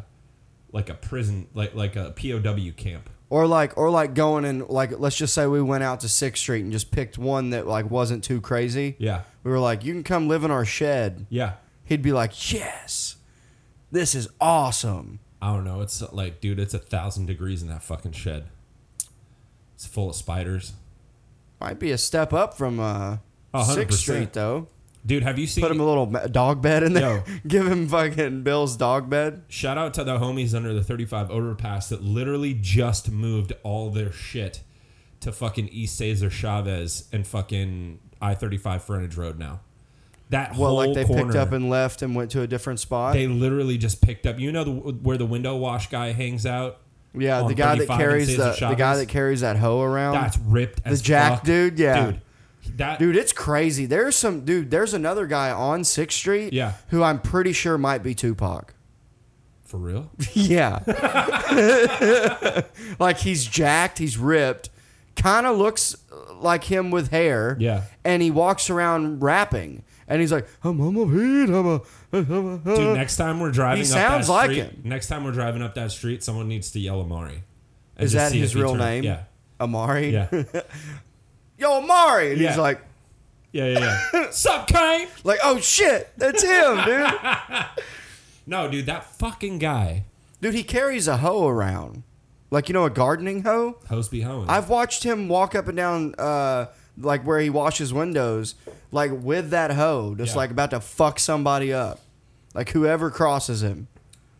like a prison like like a POW camp.
Or like, or like going and like, let's just say we went out to Sixth Street and just picked one that like wasn't too crazy.
Yeah.
We were like, you can come live in our shed.
Yeah.
He'd be like, yes, this is awesome.
I don't know. It's like, dude, it's a thousand degrees in that fucking shed. It's full of spiders.
Might be a step up from uh,
Oh, 100%.
Sixth Street though.
Dude, have you seen?
Put him a little ma- dog bed in there. *laughs* Give him fucking Bill's dog bed.
shout out to the homies under the 35 overpass that literally just moved all their shit to fucking East Cesar Chavez and fucking I 35 Frontage Road now. That
Well,
whole
like they
corner,
picked up and left and went to a different spot.
they literally just picked up. You know the, where the window wash guy hangs out?
yeah,
on
the guy that
35 and
carries the,
Cesar
the guy
Chavez?
that carries that hoe around.
That's ripped as
Um, jack
fuck.
dude? Yeah.
dude. That
dude, it's crazy. There's some dude. There's another guy on Sixth Street.
Yeah.
who I'm pretty sure might be Tupac.
for real.
Yeah. *laughs* like he's jacked, he's ripped, kind of looks like him with hair.
Yeah.
And he walks around rapping. And he's like, I'm, I'm a beat, I'm a. I'm a-
Dude, next time we're driving,
Uh, He
up that
sounds like
street-
him.
Next time we're driving up that street, someone needs to yell Amari. and
Is
just
that
see
his
if he
real
turns-
name?
Yeah,
Amari?
yeah,
*laughs*
yeah,
Yo, Amari! And
Yeah.
he's like,
yeah. yeah. Sup, Kane?
like, oh shit, that's him, dude.
No, dude, that fucking guy,
Dude, he carries a hoe around. Like, you know, a gardening hoe?
Hose be hoeing.
I've watched him walk up and down, uh, like where he washes windows, like with that hoe, just
Yeah.
like about to fuck somebody up, like whoever crosses him.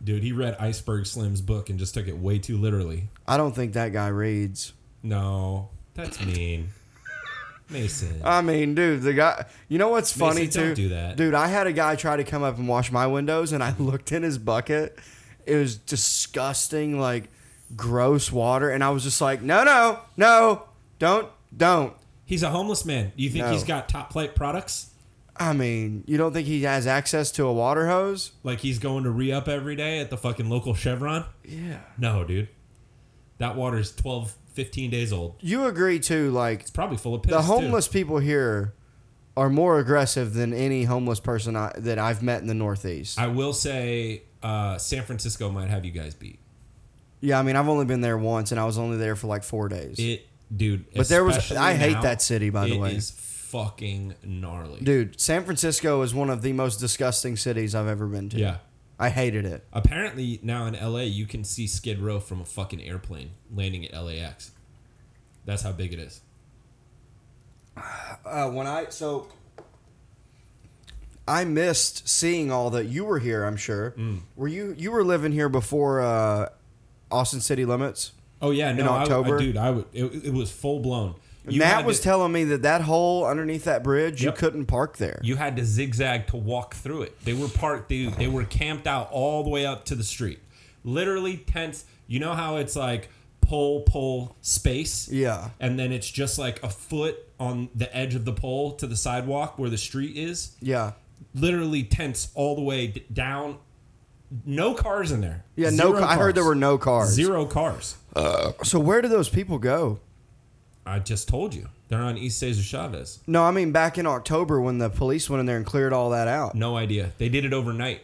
dude, he read Iceberg Slim's book and just took it way too literally.
I don't think that guy reads.
No, that's mean, Mason.
I mean, dude, the guy. You know what's funny
Mason,
too?
don't do that.
dude. I had a guy try to come up and wash my windows, and I *laughs* looked in his bucket. It was disgusting, like gross water, and I was just like, no, no, no, don't, don't.
he's a homeless man. You think
No.
he's got top flight products?
I mean, you don't think he has access to a water hose?
Like he's going to re up every day at the fucking local Chevron?
Yeah.
No, dude. That water's 12, 15 days old.
You agree too? Like
It's probably full of piss.
the
too.
homeless people here are more aggressive than any homeless person I, that I've met in the Northeast.
I will say uh, San Francisco might have you guys beat.
yeah, I mean, I've only been there once, and I was only there for like four days.
It dude.
But there was-
especially
I hate
now,
that city, by the
it
way.
is fucking gnarly.
Dude, San Francisco is one of the most disgusting cities I've ever been to.
Yeah.
I hated it.
Apparently now in LA you can see Skid Row from a fucking airplane landing at LAX. That's how big it is.
Uh, when I so I missed seeing all that you were here, I'm sure.
Mm.
Were you you were living here before uh, Austin city limits?
Oh yeah, no, I- I-
October?
dude, I would. It, it was full blown. You
Matt
had
was
to,
telling me that that hole underneath that bridge,
Yep.
you couldn't park there.
you had to zigzag to walk through it. They were parked. They they were camped out all the way up to the street. Literally tents. You know how it's like pole pole space.
Yeah.
And then it's just like a foot on the edge of the pole to the sidewalk where the street is.
yeah.
Literally tents all the way d- down. No cars in there.
Yeah, no.
Zero
ca- I heard there were no cars.
zero cars.
So where do those people go?
I just told you they're on East Cesar Chavez.
No, I mean back in October when the police went in there and cleared all that out.
No idea. They did it overnight,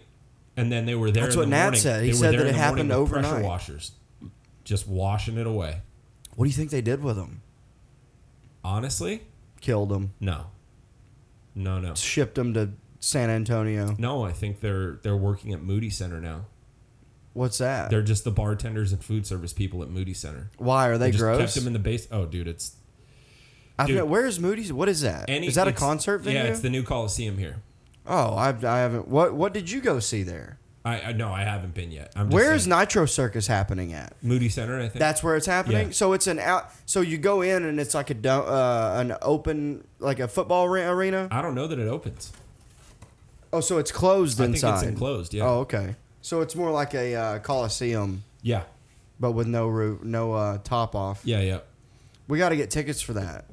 and then they were there.
That's
in
what
the
Nat
morning.
said. He
They were
said
there
that
in
it
the morning
happened
with Pressure
overnight.
washers, just washing it away.
What do you think they did with them?
Honestly,
Killed them.
no, no, no,
Shipped them to San Antonio.
no. I think they're they're working at Moody Center now.
What's that?
They're just the bartenders and food service people at Moody Center.
Why are they
just kept
gross?
them in the base. Oh, dude, it's
I
dude.
forget, where's Moody's? What is that? Is
any.
that a
it's-
concert venue?
Yeah, it's the new Coliseum here.
oh, I've, I haven't. What What did you go see there?
I, I no, I haven't been yet. I'm just
Where is
saying.
Nitro Circus happening at?
Moody Center? I think
That's where it's happening.
Yeah.
So it's an out. So you go in and it's like a do- uh, an open like a football re- arena.
I don't know that it opens.
Oh, so it's closed
I think it's
inside.
enclosed, yeah.
Oh, okay. So it's more like a uh, coliseum,
Yeah,
but with no roof, no uh, top off.
yeah, yeah.
We got to get tickets for that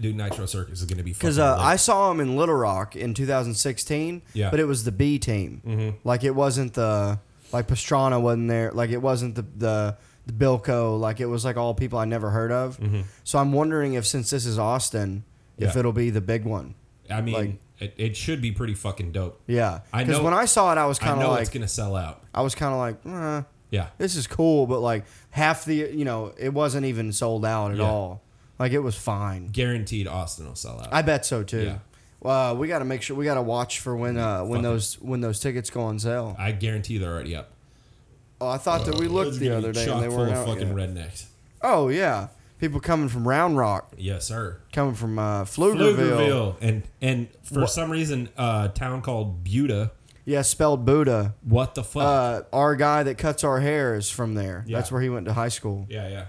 Dude, Nitro Circus is gonna be
because uh, I saw him in Little Rock in 2016.
Yeah.
But it was the B team. Mm-hmm. Like it wasn't the like Pastrana wasn't there. Like it wasn't the the. The Bilko, like it was like all people I never heard of. So I'm wondering if since this is Austin, if
Mm-hmm. Yeah.
it'll be the big one.
I mean,
Like-
it, it should be pretty fucking dope.
Yeah,
I
because
know-
when I saw it, I was
I
kind of
know it's
like,
gonna sell out.
I was kind of like, eh,
Yeah,
this is cool, but like half the, you know, it wasn't even sold out at
Yeah.
all. Like it was fine.
guaranteed Austin will sell out.
I bet so too.
Yeah.
Uh, we got to make sure we got to watch for when uh, when
Fuck it.
those when those tickets go on sale.
I guarantee they're already up.
Oh, I thought that we
It's
looked the
gonna
other
be
day and
chock
they
full
weren't
of
out
fucking
yet.
rednecks.
Oh yeah, people coming from Round Rock,
Yes, sir.
coming from uh, Pflugerville.
Pflugerville. and and for some reason, uh, town called Buda.
Yeah, spelled Buddha.
What the fuck?
Uh, our guy that cuts our hair is from there.
Yeah.
That's where he went to high school.
yeah, yeah.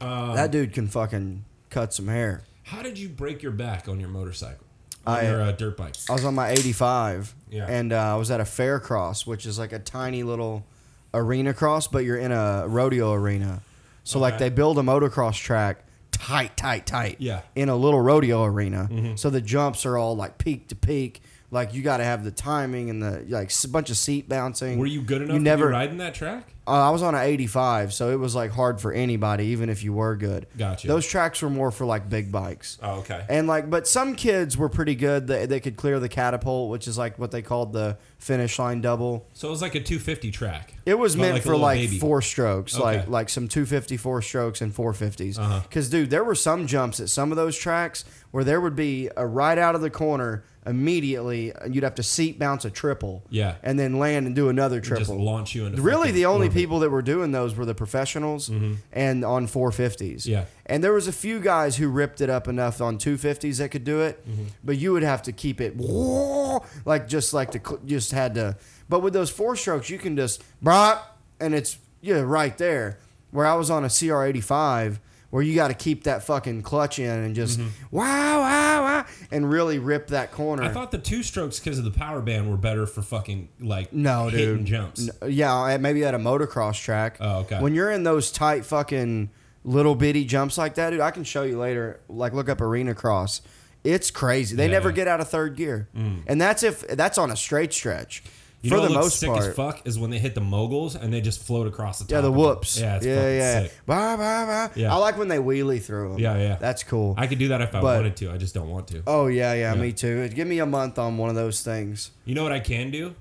Uh,
that dude can fucking cut some hair.
How did you break your back on your motorcycle? On
I-
your uh, dirt bike.
I was on my 85,
Yeah.
and uh, I was at a fair cross, which is like a tiny little arena cross, but you're in a rodeo arena. So like
Okay.
they build a motocross track tight, tight, tight.
Yeah. Mm-hmm.
In a little rodeo arena, so the jumps are all like peak to peak. Like you got to have the timing and the like a bunch of seat bouncing.
Were you good enough
You never.
to be riding that track?
Uh, I was on an 85, so it was like hard for anybody, even if you were good.
Gotcha.
Those tracks were more for like big bikes.
Oh, okay.
And like, but some kids were pretty good. They, they could clear the catapult, which is like what they called the finish line double.
so it was like a 250 track.
It was
But
meant
like a
for
little
like
baby.
four strokes,
Okay.
like like some 250 four strokes and 450s.
Uh-huh.
Because dude, there were some jumps at some of those tracks where there would be a right out of the corner immediately. and You'd have to seat bounce a triple,
Yeah.
and then land and do another
Just
triple.
launch you into
Really,
fucking
the only
orbit.
people that were doing those were the professionals and on 450s.
Yeah.
And there was a few guys who ripped it up enough on 250s that could do it,
Mm-hmm.
but you would have to keep it whoa, like just like the cl- just had to. But with those four strokes, you can just brah, and it's yeah right there. Where I was on a CR85, where you got to keep that fucking clutch in and just
Mm-hmm.
wow wow wow, and really rip that corner.
I thought the two strokes because of the power band were better for fucking like
No,
hitting
dude.
jumps.
N- Yeah, at- maybe at a motocross track.
Oh, okay.
When you're in those tight fucking little bitty jumps like that, dude, I can show you later. Like, look up arena cross. It's crazy. They
Yeah,
never
yeah. Mm.
get out of third gear, and that's if that's on a straight stretch.
You
for
know
the
what looks
most
sick
part,
as fuck is when they hit the moguls and they just float across the top.
yeah, the
of them.
whoops.
Yeah, it's
yeah,
fucking
yeah.
sick.
Bah, bah, bah.
Yeah.
I like when they wheelie through them.
Yeah, yeah.
That's cool.
I could do that if I
But-
wanted to. I just don't want to.
oh yeah, yeah,
Yeah.
Me too. Give me a month on one of those things.
You know what I can do? I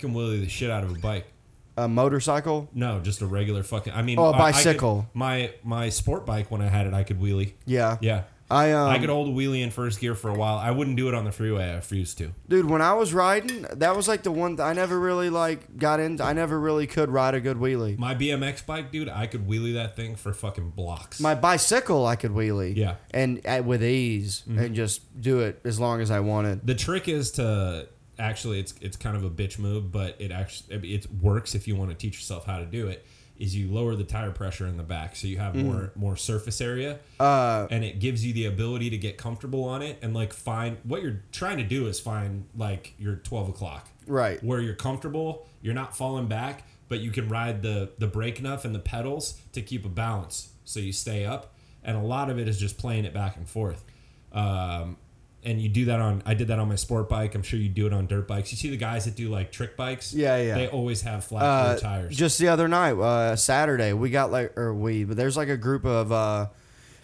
can willy the shit out of a bike.
a motorcycle?
No, just a regular fucking. I mean,
Oh, a
I- I could-
bicycle.
my my sport bike when I had it, I could wheelie.
Yeah.
Yeah,
I um
I could hold a wheelie in first gear for a while. I wouldn't do it on the freeway. I refuse to.
dude, when I was riding, that was like the one th- I never really like got into. I never really could ride a good wheelie.
My BMX bike, dude, I could wheelie that thing for fucking blocks.
My bicycle I could wheelie.
Yeah. Mm-hmm.
And uh, with ease and just do it as long as I wanted.
the trick is to actually, it's it's kind of a bitch move, but it actually it works if you want to teach yourself how to do it. Is you lower the tire pressure in the back so you have more more surface area, uh, and it gives you the ability to get comfortable on it and like find what you're trying to do is find like your twelve o'clock,
Right.
where you're comfortable, you're not falling back, but you can ride the the brake enough and the pedals to keep a balance, so you stay up. And a lot of it is just playing it back and forth. Um, and you do that on. I did that on my sport bike. I'm sure you do it on dirt bikes. You see the guys that do like trick bikes.
Yeah, yeah.
They always have flat
Uh,
rear tires.
Just the other night, uh, Saturday, we got like, or we, but there's like a group of uh,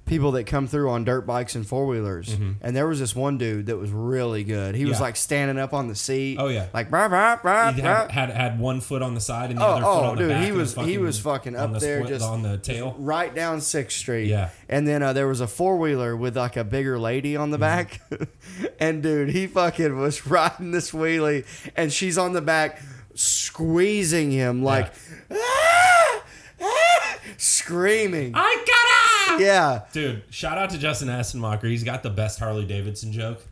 people that come through on dirt bikes and four wheelers, and there was this one dude that was really good. He was
Mm-hmm. Yeah.
like standing up on the seat.
Oh, yeah.
like brah, brah, brah,
He
brah.
had, had had one foot on the side and the
Oh,
other foot
oh,
on the
dude,
back.
he
and
was he was fucking
on
up
the
there,
split-
just
on the tail.
right down Sixth Street.
Yeah.
and then uh, there was a four wheeler with like a bigger lady on the
Mm-hmm.
back, *laughs* and dude, he fucking was *laughs* riding this wheelie, and she's on the back squeezing him like, "Ah! Ah!" screaming.
Ah! I got
yeah,
Dude, shout out to Justin Assenmacher. He's got the best Harley Davidson joke.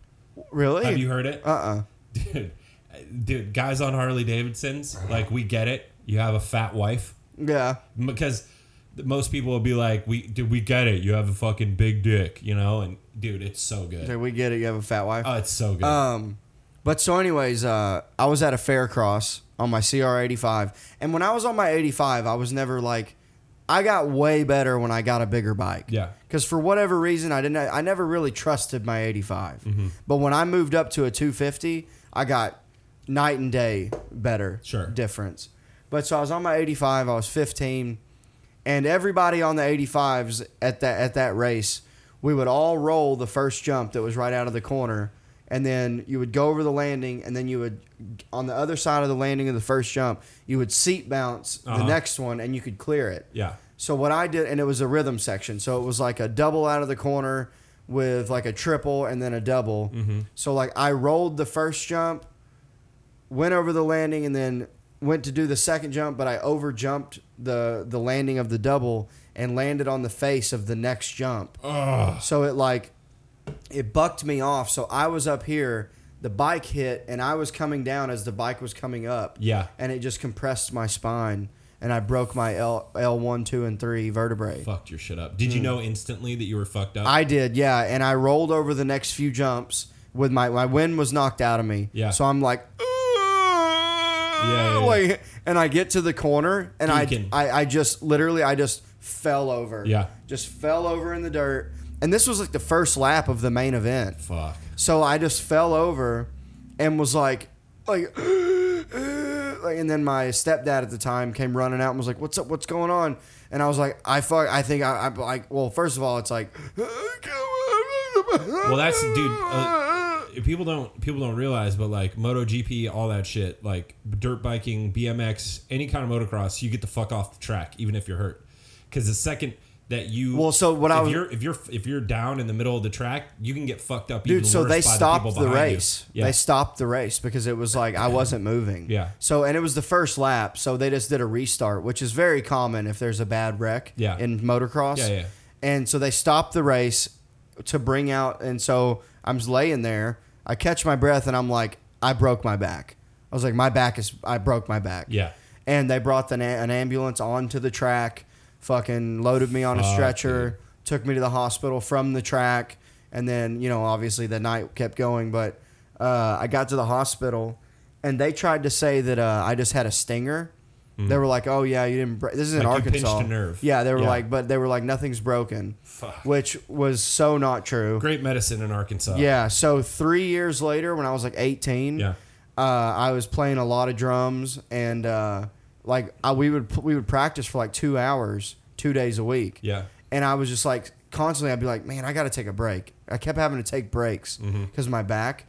really?
Have you heard it?
uh-uh.
dude, *laughs* dude, guys on Harley Davidsons, like we get it. You have a fat wife
Yeah,
because th- most people will be like, "We, dude, we get it. You have a fucking big dick," you know. And dude, it's so good.
Dude, we get it. You have a fat wife.
Oh, it's so good.
Um, but so, anyways, uh, I was at a fair cross on my CR85, and when I was on my 85, I was never like, I got way better when I got a bigger bike.
Yeah.
Because for whatever reason, I didn't, I never really trusted my 85.
Mm-hmm.
But when I moved up to a 250, I got night and day better
Sure.
difference. But so I was on my 85, I was 15, and everybody on the 85s at that at that race, we would all roll the first jump that was right out of the corner, and then you would go over the landing, and then you would on the other side of the landing of the first jump, you would seat bounce the
Uh-huh.
next one, and you could clear it.
yeah,
So what I did, and it was a rhythm section. So it was like a double out of the corner with like a triple and then a double. So like I rolled the first jump, went over the landing, and then went to do the second jump, but I over jumped the the landing of the double and landed on the face of the next jump. So it like it bucked me off. So I was up here, the bike hit, and I was coming down as the bike was coming up
yeah.
and it just compressed my spine and I broke my L L one, two, and three vertebrae.
Fucked your shit up. Did
mm.
you know instantly that you were fucked up?
I did, yeah, and I rolled over the next few jumps with my my wind was knocked out of me.
Yeah.
So I'm like,
yeah, yeah.
like, and I get to the corner and I,
Deacon.
I I just literally I just fell over.
Yeah.
Just fell over in the dirt. And this was like the first lap of the main event.
Fuck.
So I just fell over and was like, like, *gasps* like, and then my stepdad at the time came running out and was like, "What's up? What's going on?" And I was like, "I fuck. I think I, I'm like. Well, first of all, it's like, *laughs* well,
Well, that's dude. Uh, people don't people don't realize, but like MotoGP, all that shit, like dirt biking, BMX, any kind of motocross, you get the fuck off the track, even if you're hurt, because the second that you
Well, so what I
if
was-
you're if you're if you're down in the middle of the track, you can get fucked up. even
Dude, so
worse by
they
the
stopped
people
the,
behind you.
race.
Yeah.
They stopped the race because it was like I wasn't moving.
Yeah.
So and it was the first lap, so they just did a restart, which is very common if there's a bad wreck
Yeah.
in motocross.
Yeah, yeah.
And so they stopped the race to bring out and so I'm just laying there, I catch my breath and I'm like, I broke my back. I was like, my back is I broke my back.
Yeah.
And they brought an, an ambulance onto the track, fucking loaded me on a
Fuck,
stretcher, took me to the hospital from the track, and then you know obviously the night kept going. But uh, I got to the hospital, and they tried to say that uh, I just had a stinger. They were like, "Oh yeah, you didn't. Break. This is in
Hmm. Like you pinched
Arkansas.
a nerve.
Yeah, they were
Yeah.
like, but they were like, nothing's broken,
Fuck.
which was so not true.
great medicine in Arkansas.
Yeah. So three years later, when I was like 18,
Oh. Yeah.
uh, I was playing a lot of drums, and uh, like I, we would we would practice for like two hours, two days a week.
yeah.
And I was just like constantly, I'd be like, man, I got to take a
Mm-hmm.
break. I kept having to take breaks because of my back,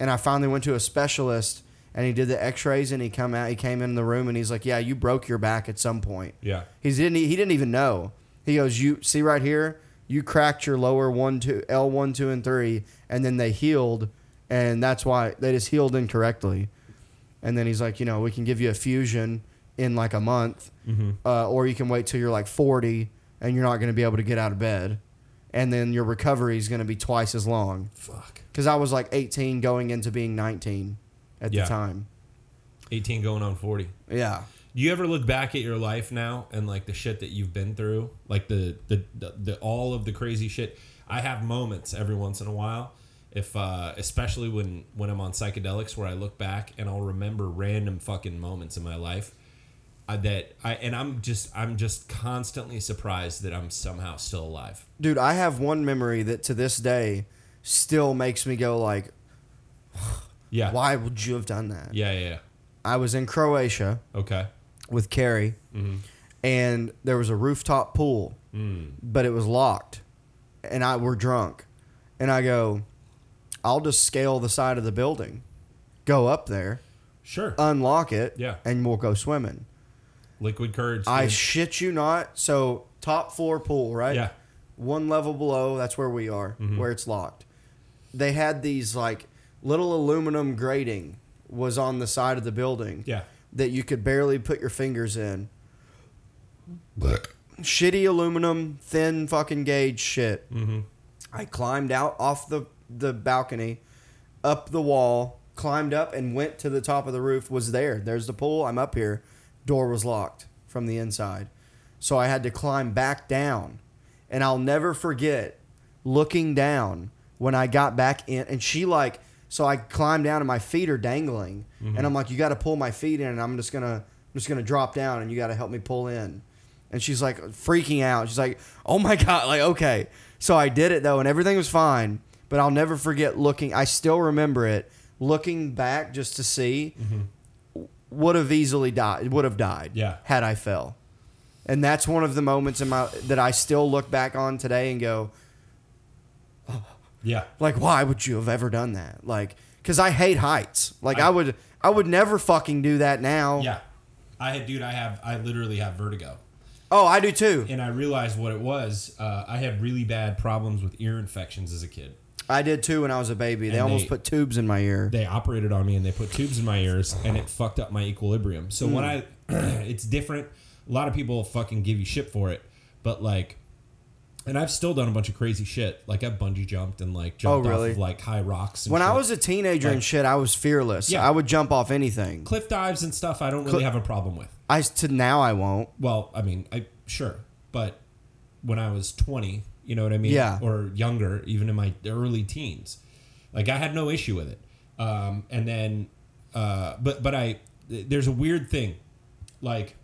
and I finally went to a specialist, and he did the X-rays, and he come out. He came in the room, and he's like, "Yeah, you broke your back at some point."
Yeah.
He didn't. e, He didn't even know. He goes, "You see right here, you cracked your lower one, two, L one, two, and three, and then they healed, and that's why they just healed incorrectly." And then he's like, "You know, we can give you a fusion in like a month,
Mm-hmm.
uh, or you can wait till you're like 40 and you're not going to be able to get out of bed, and then your recovery is going to be twice as long."
Fuck.
Because I was like 18 going into being 19 at
Yeah.
the time.
18 going on 40.
Yeah.
You ever look back at your life now and like the shit that you've been through, like the the the, the all of the crazy shit? I have moments every once in a while, if uh, especially when when I'm on psychedelics, where I look back and I'll remember random fucking moments in my life I, that I and I'm just I'm just constantly surprised that I'm somehow still alive.
dude i have one memory that to this day still makes me go like
Yeah.
why would you have done that
Yeah. Yeah. yeah.
i was in croatia
Okay. Mm-hmm.
with carrie and there was a rooftop pool
Mm.
but it was locked and i were drunk and i go i'll just scale the side of the building go up there
Sure.
Uh, unlock it
Yeah.
and we'll go swimming
Liquid courage.
i
dude.
shit you not so top floor pool right
yeah.
one level below that's where we are where it's locked they had these like little aluminum grating was on the side of the building
Yeah.
that you could barely put your fingers in shitty aluminum thin fucking gauge shit mm-hmm. i climbed out off the the balcony up the wall climbed up and went to the top of the roof was there there's the pool i'm up here door was locked from the inside so i had to climb back down and i'll never forget looking down when i got back in and she like so i climbed down and my feet are dangling and i'm like you got to pull my feet in and i'm just gonna i'm just gonna drop down and you got to help me pull in and she's like freaking out. She's like, "Oh my god!" Like, okay. So I did it though, and everything was fine. But I'll never forget looking. I still remember it. Looking back just to see, would have easily died. Would have died.
Yeah.
Had I fell, and that's one of the moments in my that I still look back on today and go,
Yeah.
like, why would you have ever done that? Like, because I hate heights. Like, I would, I would never fucking do that now.
Yeah. I had, dude. I have. I literally have vertigo.
Oh, I do too.
and I realized what it was. Uh, I had really bad problems with ear infections as a kid.
I did too when I was a baby. They
And
almost
they-
put tubes in my ear.
They operated on me and they put tubes in my ears, and it fucked up my equilibrium. So when I,
Hmm.
*clears throat* it's different. A lot of people fucking give you shit for it, but like, and I've still done a bunch of crazy shit. Like I bungee jumped and like jumped
Oh, really?
off of like high rocks. And
When I
shit.
was a teenager and
Like-
shit, I was fearless.
Yeah.
I would jump off anything.
cliff dives and stuff, I don't really have a problem with.
I to now I won't.
well, I mean, I sure, but when I was 20, you know what I mean?
Yeah.
Or younger, even in my early teens, like I had no issue with it. Um, and then, uh, but but I there's a weird thing, like,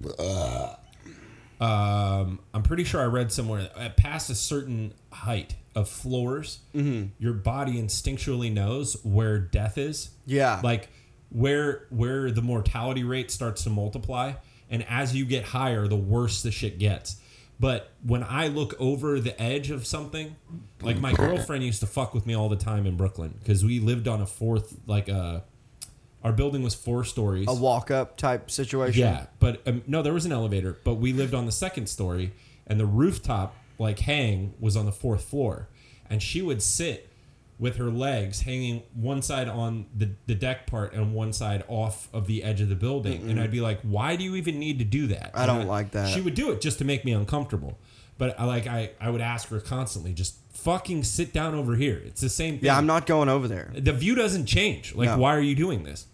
um, I'm pretty sure I read somewhere at past a certain height of floors,
Mm-hmm.
your body instinctually knows where death is.
Yeah.
Like where where the mortality rate starts to multiply and as you get higher the worse the shit gets. But when I look over the edge of something, like my girlfriend used to fuck with me all the time in Brooklyn cuz we lived on a fourth like uh our building was four stories.
A walk up type situation.
Yeah, but um, no, there was an elevator, but we lived on the second story, and the rooftop like hang was on the fourth floor, and she would sit with her legs hanging one side on the, the deck part and one side off of the edge of the building and i'd be like why do you even need to do that
I
And
don't like that.
she would do it just to make me uncomfortable but i like i, I would ask her constantly just fucking sit down over here it's the same thing
Yeah, I'm not going over there.
the view doesn't change like
No.
why are you doing this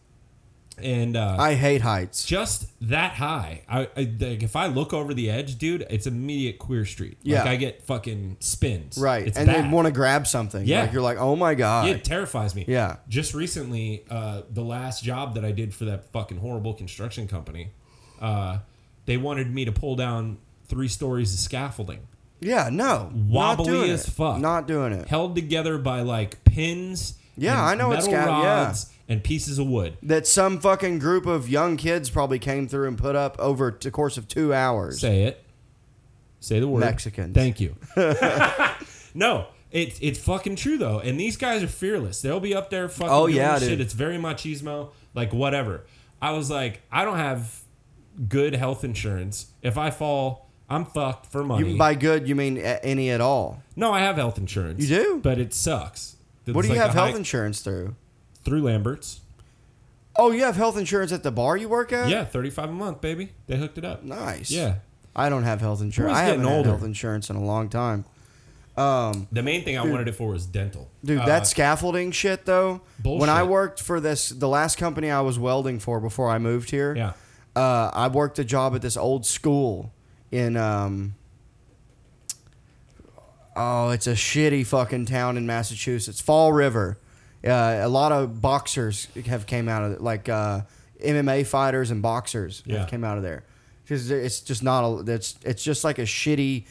and uh,
I hate heights.
just that high. I, I like if I look over the edge, dude, it's immediate queer street.
Yeah.
like I get fucking spins.
Right.
it's
and
bad.
they want to grab something.
Yeah.
Like you're like, oh my God.
Yeah, it terrifies me.
Yeah.
Just recently, uh, the last job that I did for that fucking horrible construction company, uh, they wanted me to pull down three stories of scaffolding,
Yeah, no.
Wobbly
not doing
as
it.
fuck.
Not doing it.
held together by like pins.
Yeah,
and
I know what
metal
sca- yeah.
rods and pieces of wood.
That some fucking group of young kids probably came through and put up over the course of two hours.
Say it. Say the
*laughs*
word.
Mexicans.
Thank you. *laughs* no, It's it's fucking true though, and these guys are fearless. They'll be up there fucking
Oh,
doing
yeah,
shit.
dude.
It's very machismo, like whatever. I was like, I don't have good health insurance. If I fall, I'm fucked for money.
You, by good, you mean a- any at all?
no, I have health insurance.
You do?
but it sucks.
What do you have health insurance
insurance
through?
through Lambert's?
Oh, you have health insurance at the bar you work at?
Yeah, thirty five a month, baby. They hooked it up.
Nice.
Yeah.
I don't have health insurance.
Who's
I haven't
getting
had
older?
health insurance in a long time. Um,
The main thing I wanted it for was dental.
dude,
Uh,
that scaffolding shit though. When I
Bullshit.
worked for this, the last company I was welding for before I moved here,
Yeah.
uh, I worked a job at this old school in. Um, oh, it's a shitty fucking town in Massachusetts, Fall River. Uh, a lot of boxers have came out of it, like uh, MMA fighters and boxers
Yeah.
have came out of there because it's just not a. It's it's just like a shitty,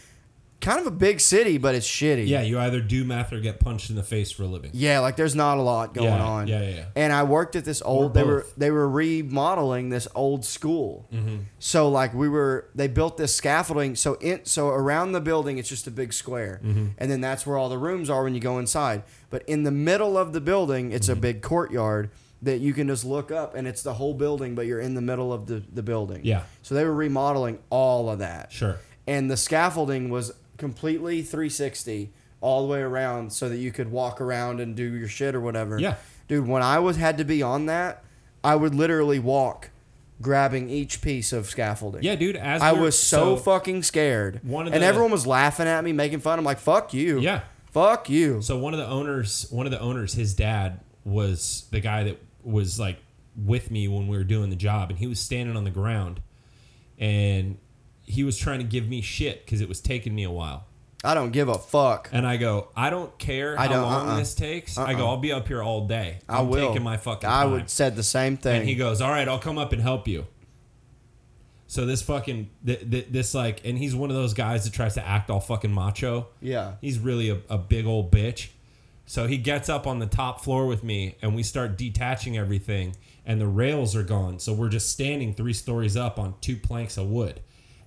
kind of a big city, but it's shitty.
Yeah, you either do math or get punched in the face for a living.
Yeah, like there's not a lot going
Yeah,
on.
yeah, yeah, yeah.
And I worked at this
Or
old. They were
both. Mm-hmm.
they were remodeling this old school. So like we were, they built this scaffolding. So in so around the building, it's just a big square,
Mm-hmm.
and then that's where all the rooms are when you go inside. But in the middle of the building, it's
Mm-hmm.
a big courtyard that you can just look up, and it's the whole building, but you're in the middle of the the building.
Yeah.
So they were remodeling all of that
Sure.
and the scaffolding was completely 360 all the way around so that you could walk around and do your shit or whatever.
Yeah.
Dude, when I was had to be on that, I would literally walk grabbing each piece of scaffolding.
Yeah, dude. As
I
we're-
was so, fucking scared.
One of
and
the-
everyone was laughing at me, making fun. I'm like, "Fuck you."
Yeah.
Fuck you.
So one of the owners, one of the owners, his dad was the guy that was like with me when we were doing the job, and he was standing on the ground, and he was trying to give me shit because it was taking me a while.
I don't give a fuck.
And I go, I don't care
I
how
don't-
long
uh-uh.
this takes. I go, I'll be up here all day.
I
I'm
will.
taking my fucking.
I
time."
would said the same thing.
And he goes, "All right, I'll come up and help you." So this fucking th- th- this like, and he's one of those guys that tries to act all fucking macho.
Yeah.
he's really a, a big old bitch. So he gets up on the top floor with me, and we start detaching everything, and the rails are gone. So we're just standing three stories up on two planks of wood,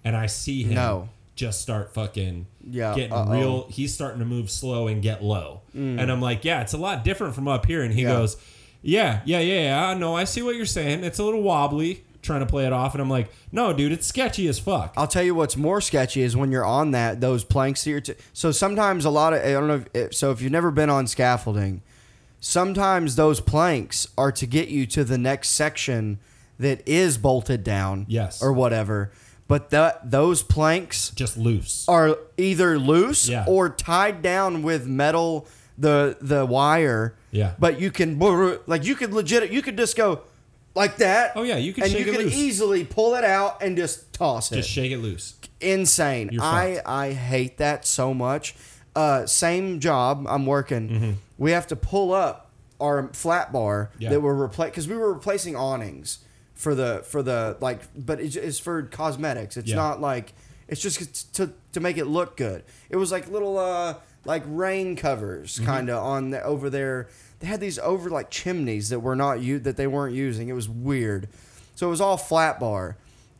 and I see him
No.
just start fucking
Yeah,
getting
uh-oh. Mm.
real. He's starting to move slow and get low, and I'm like, yeah, it's a lot different from up here. And he
Yeah.
goes, yeah, yeah, yeah, yeah. No, I see what you're saying. It's a little wobbly, trying to play it off, and I'm like, no, dude, it's sketchy as fuck.
I'll tell you what's more sketchy is when you're on that those planks here. T- so sometimes a lot of I don't know. If it, so if you've never been on scaffolding, sometimes those planks are to get you to the next section that is bolted down.
Yes.
Or whatever. But that those planks
just loose.
are either loose
Yeah.
or tied down with metal the the wire.
Yeah.
But you can like you could legit you could just go like that.
Oh, yeah, you could
and
shake
you
it
could
loose.
easily pull it out and just toss it
Just shake it loose.
insane.
You're
I I hate that so much. Uh, same job I'm working. We have to pull up our flat bar
Mm-hmm. Yeah.
that we're replacing because we were replacing awnings for the for the like, but it's, it's for cosmetics. It's
Yeah.
not like it's just to to make it look good. It was like little uh like rain covers
Mm-hmm.
kind of on the, over there. They had these over like chimneys that were not you that they weren't using. It was weird. So it was all flat bar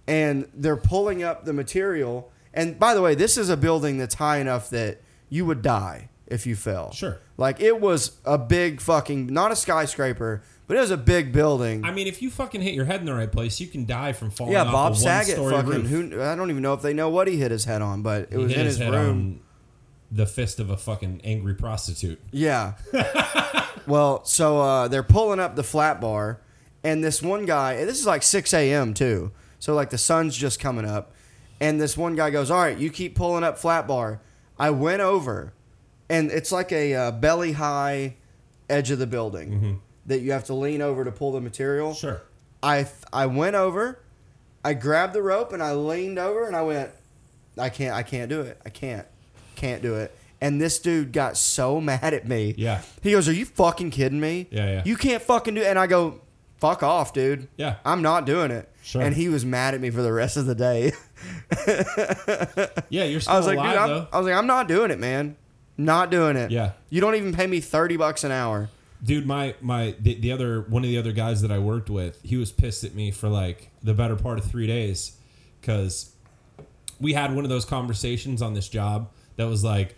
and they're pulling up the material. And by the way, this is a building that's high enough that you would die if you fell.
Sure.
Like it was a big fucking not a skyscraper, but it was a big building.
I mean, if you fucking hit your head in the right place, you can die from falling.
yeah,
off
Bob
a
Saget
one-story
fucking
roof.
who I don't even know if they know what he hit his head on, but it
He
was
hit
in
his
his,
head
room.
on the fist of a fucking angry prostitute. *laughs*
Yeah. well, so uh, they're pulling up the flat bar, and this one guy, and this is like 6 a.m. too. So, like, the sun's just coming up. And this one guy goes, All right, you keep pulling up flat bar. I went over, and it's like a uh, belly high edge of the building that you have to lean over to pull the material.
Mm-hmm. Sure.
I I went over, I grabbed the rope and I leaned over and I went, I can't I can't do it. I can't can't do it. And this dude got so *laughs* mad at me.
Yeah.
He goes, "Are you fucking kidding me?
Yeah, yeah.
You can't fucking do." it. And I go, "Fuck off, dude.
Yeah.
I'm not doing it."
Sure.
And he was mad at me for the rest of the day. *laughs*
Yeah, you're still
I was like,
alive
"Dude, I'm,
though,
I was like, I'm not doing it, man. Not doing it.
Yeah.
You don't even pay me thirty bucks an hour.
dude. My my the, the other one of the other guys that I worked with, he was pissed at me for like the better part of three days, because we had one of those conversations on this job that was like,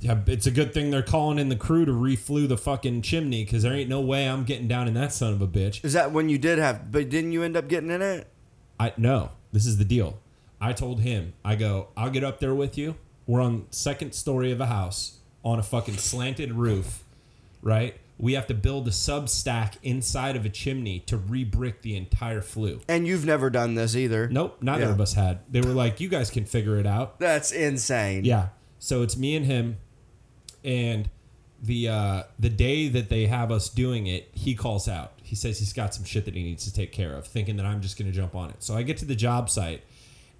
Yeah, it's a good thing they're calling in the crew to reflew the fucking chimney because there ain't no way I'm getting down in that son of a bitch.
Is that when you did have? But didn't you end up getting in it?
I no, this is the deal. I told him, I go, I'll get up there with you. We're on second story of a house on a fucking slanted roof, right? We have to build a sub stack inside of a chimney to rebrick the entire flue.
And you've never done this either.
Nope, neither
Yeah.
of us had. They were like, you guys can figure it out.
That's insane.
Yeah. So it's me and him, and the uh, the day that they have us doing it, he calls out. He says he's got some shit that he needs to take care of, thinking that I'm just gonna jump on it. So I get to the job site,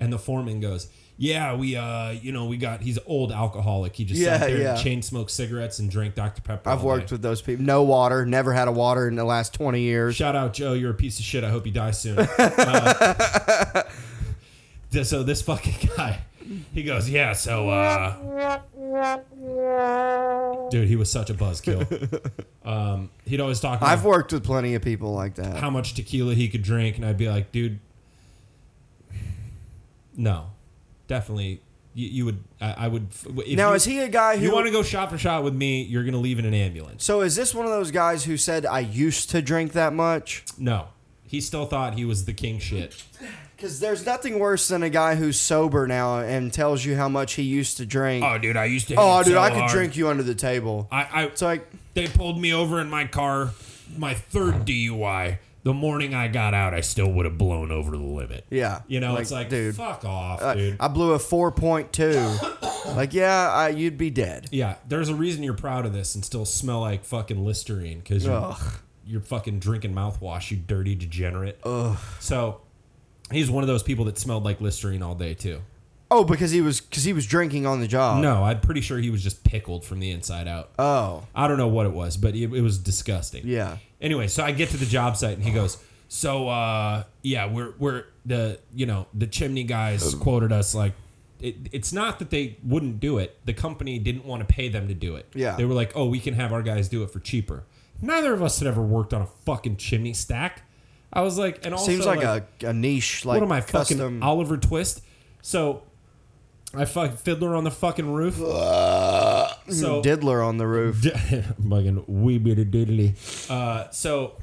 and the foreman goes, "Yeah, we uh, you know, we got. He's an old alcoholic. He just
Yeah,
sat there
yeah.
and chain smoked cigarettes and drank Dr Pepper.
I've
all
worked
day.
with those people. No water. Never had a water in the last twenty years.
Shout out Joe, you're a piece of shit. I hope you
*laughs*
die soon. Uh, th- so this fucking *laughs* guy, he goes, yeah. So, uh, dude, he was such
*laughs*
a buzzkill. Um, he'd always talk about
I've worked with plenty of people like that.
how much tequila he could drink, and I'd be like, dude, no, definitely. You, you would, I, I would. f- If
now
you,
is he a guy who?
You want to go shot for shot with me? You're gonna leave in an ambulance.
so is this one of those guys who said I used to drink that much?
No, he still thought he was the king shit.
Because there's nothing worse than a guy who's sober now and tells you how much he used to drink.
Oh, dude, I used to.
oh,
hit
dude,
so
I could
hard.
drink you under the table.
I, I
It's like,
They pulled me over in my car, my third DUI. The morning I got out, I still would have blown over the limit.
yeah,
You know, it's like,
dude,
fuck off,
I-
dude.
I blew a four point
*coughs*
two. like, yeah, I, you'd be dead.
yeah, there's a reason you're proud of this and still smell like fucking Listerine because you're,
Ugh.
you're fucking drinking mouthwash, you dirty degenerate. Ugh. So he's one of those people that smelled like Listerine all day, too.
Oh, because he was because he was drinking on the job.
No, I'm pretty sure he was just pickled from the inside out.
Oh,
I don't know what it was, but it, it was disgusting.
yeah.
Anyway, so I get to the job site and he goes, "So uh, yeah, we're we're the you know the chimney guys quoted us like." It, it's not that they wouldn't do it. The company didn't want to pay them to do it.
Yeah.
They were like, oh, we can have our guys do it for cheaper. Neither of us had ever worked on a fucking chimney stack. I was like, and also.
Seems like, a, a niche like
What am I,
custom.
fucking Oliver Twist? So I fuck Fiddler on the fucking roof. so
diddler on the roof.
D- *laughs* fucking wee bitty diddly. Uh, so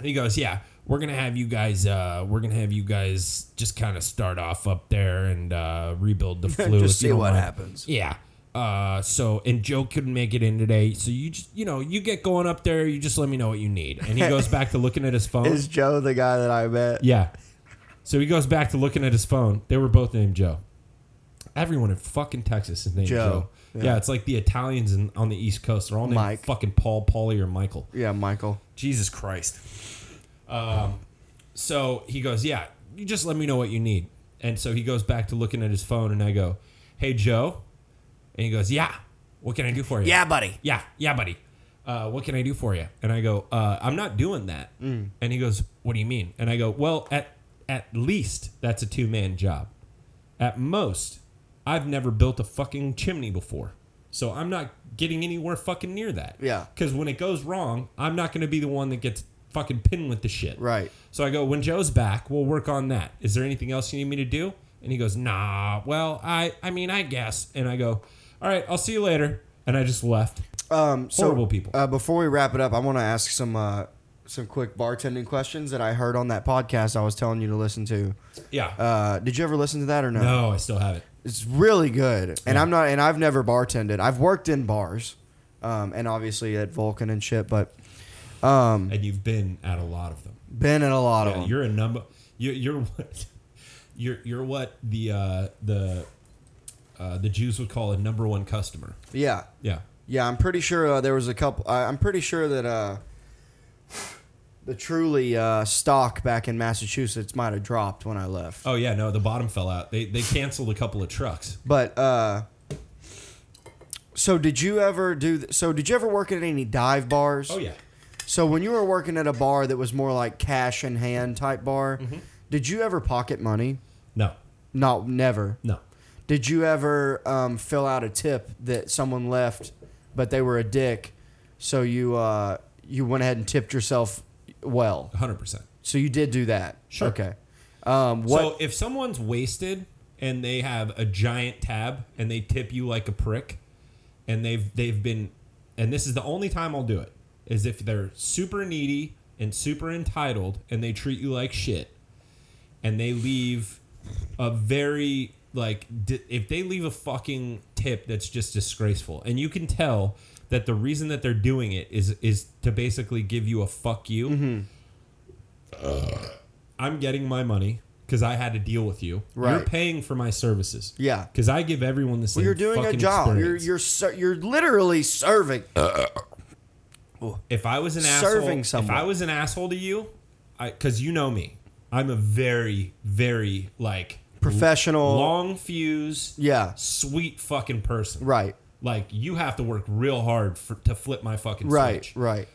he goes, yeah, we're gonna have you guys. Uh, we're gonna have you guys just kind of start off up there and uh, rebuild the
*laughs* *laughs*
flu.
Just
if you
see
don't
what
mind.
happens.
Yeah. Uh, so and Joe couldn't make it in today, so you just you know you get going up there. You just let me know what you need,
*laughs*
and he goes back to looking at his phone.
Is Joe the guy that I met?
Yeah. So he goes back to looking at his phone. They were both named Joe. Everyone in fucking Texas is named
Joe.
Joe. Yeah. it's like the Italians in, on the East Coast. They're all named
Mike.
fucking Paul, Paulie, or Michael.
Yeah, Michael.
Jesus Christ. Um, so he goes, Yeah, you just let me know what you need. And so he goes back to looking at his phone, and I go, Hey, Joe. And he goes, Yeah, what can I do for you?
buddy.
yeah, yeah, buddy. Uh, what can I do for you? And I go, uh, I'm not doing that.
Mm.
And he goes, What do you mean? And I go, Well, at at least that's a two man job. At most, I've never built a fucking chimney before, so I'm not getting anywhere fucking near that.
Yeah.
Because when it goes wrong, I'm not going to be the one that gets fucking pinned with the shit.
Right.
So I go, when Joe's back, we'll work on that. Is there anything else you need me to do? And he goes, nah, well, I, I mean, I guess. And I go, all right, I'll see you later. And I just left.
Um, so,
Horrible people.
Uh, before we wrap it up, I want to ask some uh, some quick bartending questions that I heard on that podcast I was telling you to listen to.
yeah.
Uh, did you ever listen to that or no?
no, I still have it.
It's really good, and I'm not, and I've never bartended. I've worked in bars, um, and obviously at Vulcan and shit, but
And you've been at a lot of them.
been in a lot of
Yeah,
them.
you're a number. You're you're *laughs* what? You're you're what the uh, the uh, the Jews would call a number one customer.
yeah,
Yeah.
Yeah, I'm pretty sure uh, there was a couple. I I'm pretty sure that uh, the Truly uh, stock back in Massachusetts might have dropped when I left.
Oh yeah. No, the bottom fell out. They they canceled a couple of trucks.
But uh, so did you ever do? Th- so did you ever work at any dive bars?
Oh yeah.
So when you were working at a bar that was more like cash in hand type bar,
Mm-hmm.
did you ever pocket money?
No.
Not never.
No.
Did you ever um, fill out a tip that someone left, but they were a dick, so you uh, you went ahead and tipped yourself well?
Hundred percent.
So you did do that.
Sure.
Okay. Um, what?
So if someone's wasted and they have a giant tab and they tip you like a prick, and they've they've been and this is the only time I'll do it is if they're super needy and super entitled and they treat you like shit and they leave a very like di- if they leave a fucking tip that's just disgraceful and you can tell that the reason that they're doing it is is to basically give you a fuck you
Mm-hmm.
uh, i'm getting my money because i had to deal with you you're
Right.
paying for my services
Yeah.
because i give everyone the same
Well, you're doing a
fucking
job.
experience. Uh,
You're you're ser- you're literally serving.
if I was an
Serving
asshole,
someone.
if I was an asshole to you, I because you know me, I'm a very, very like
Professional.
long fuse,
Yeah.
sweet fucking person.
Right.
Like you have to work real hard for, to flip my fucking
Right.
switch.
Right.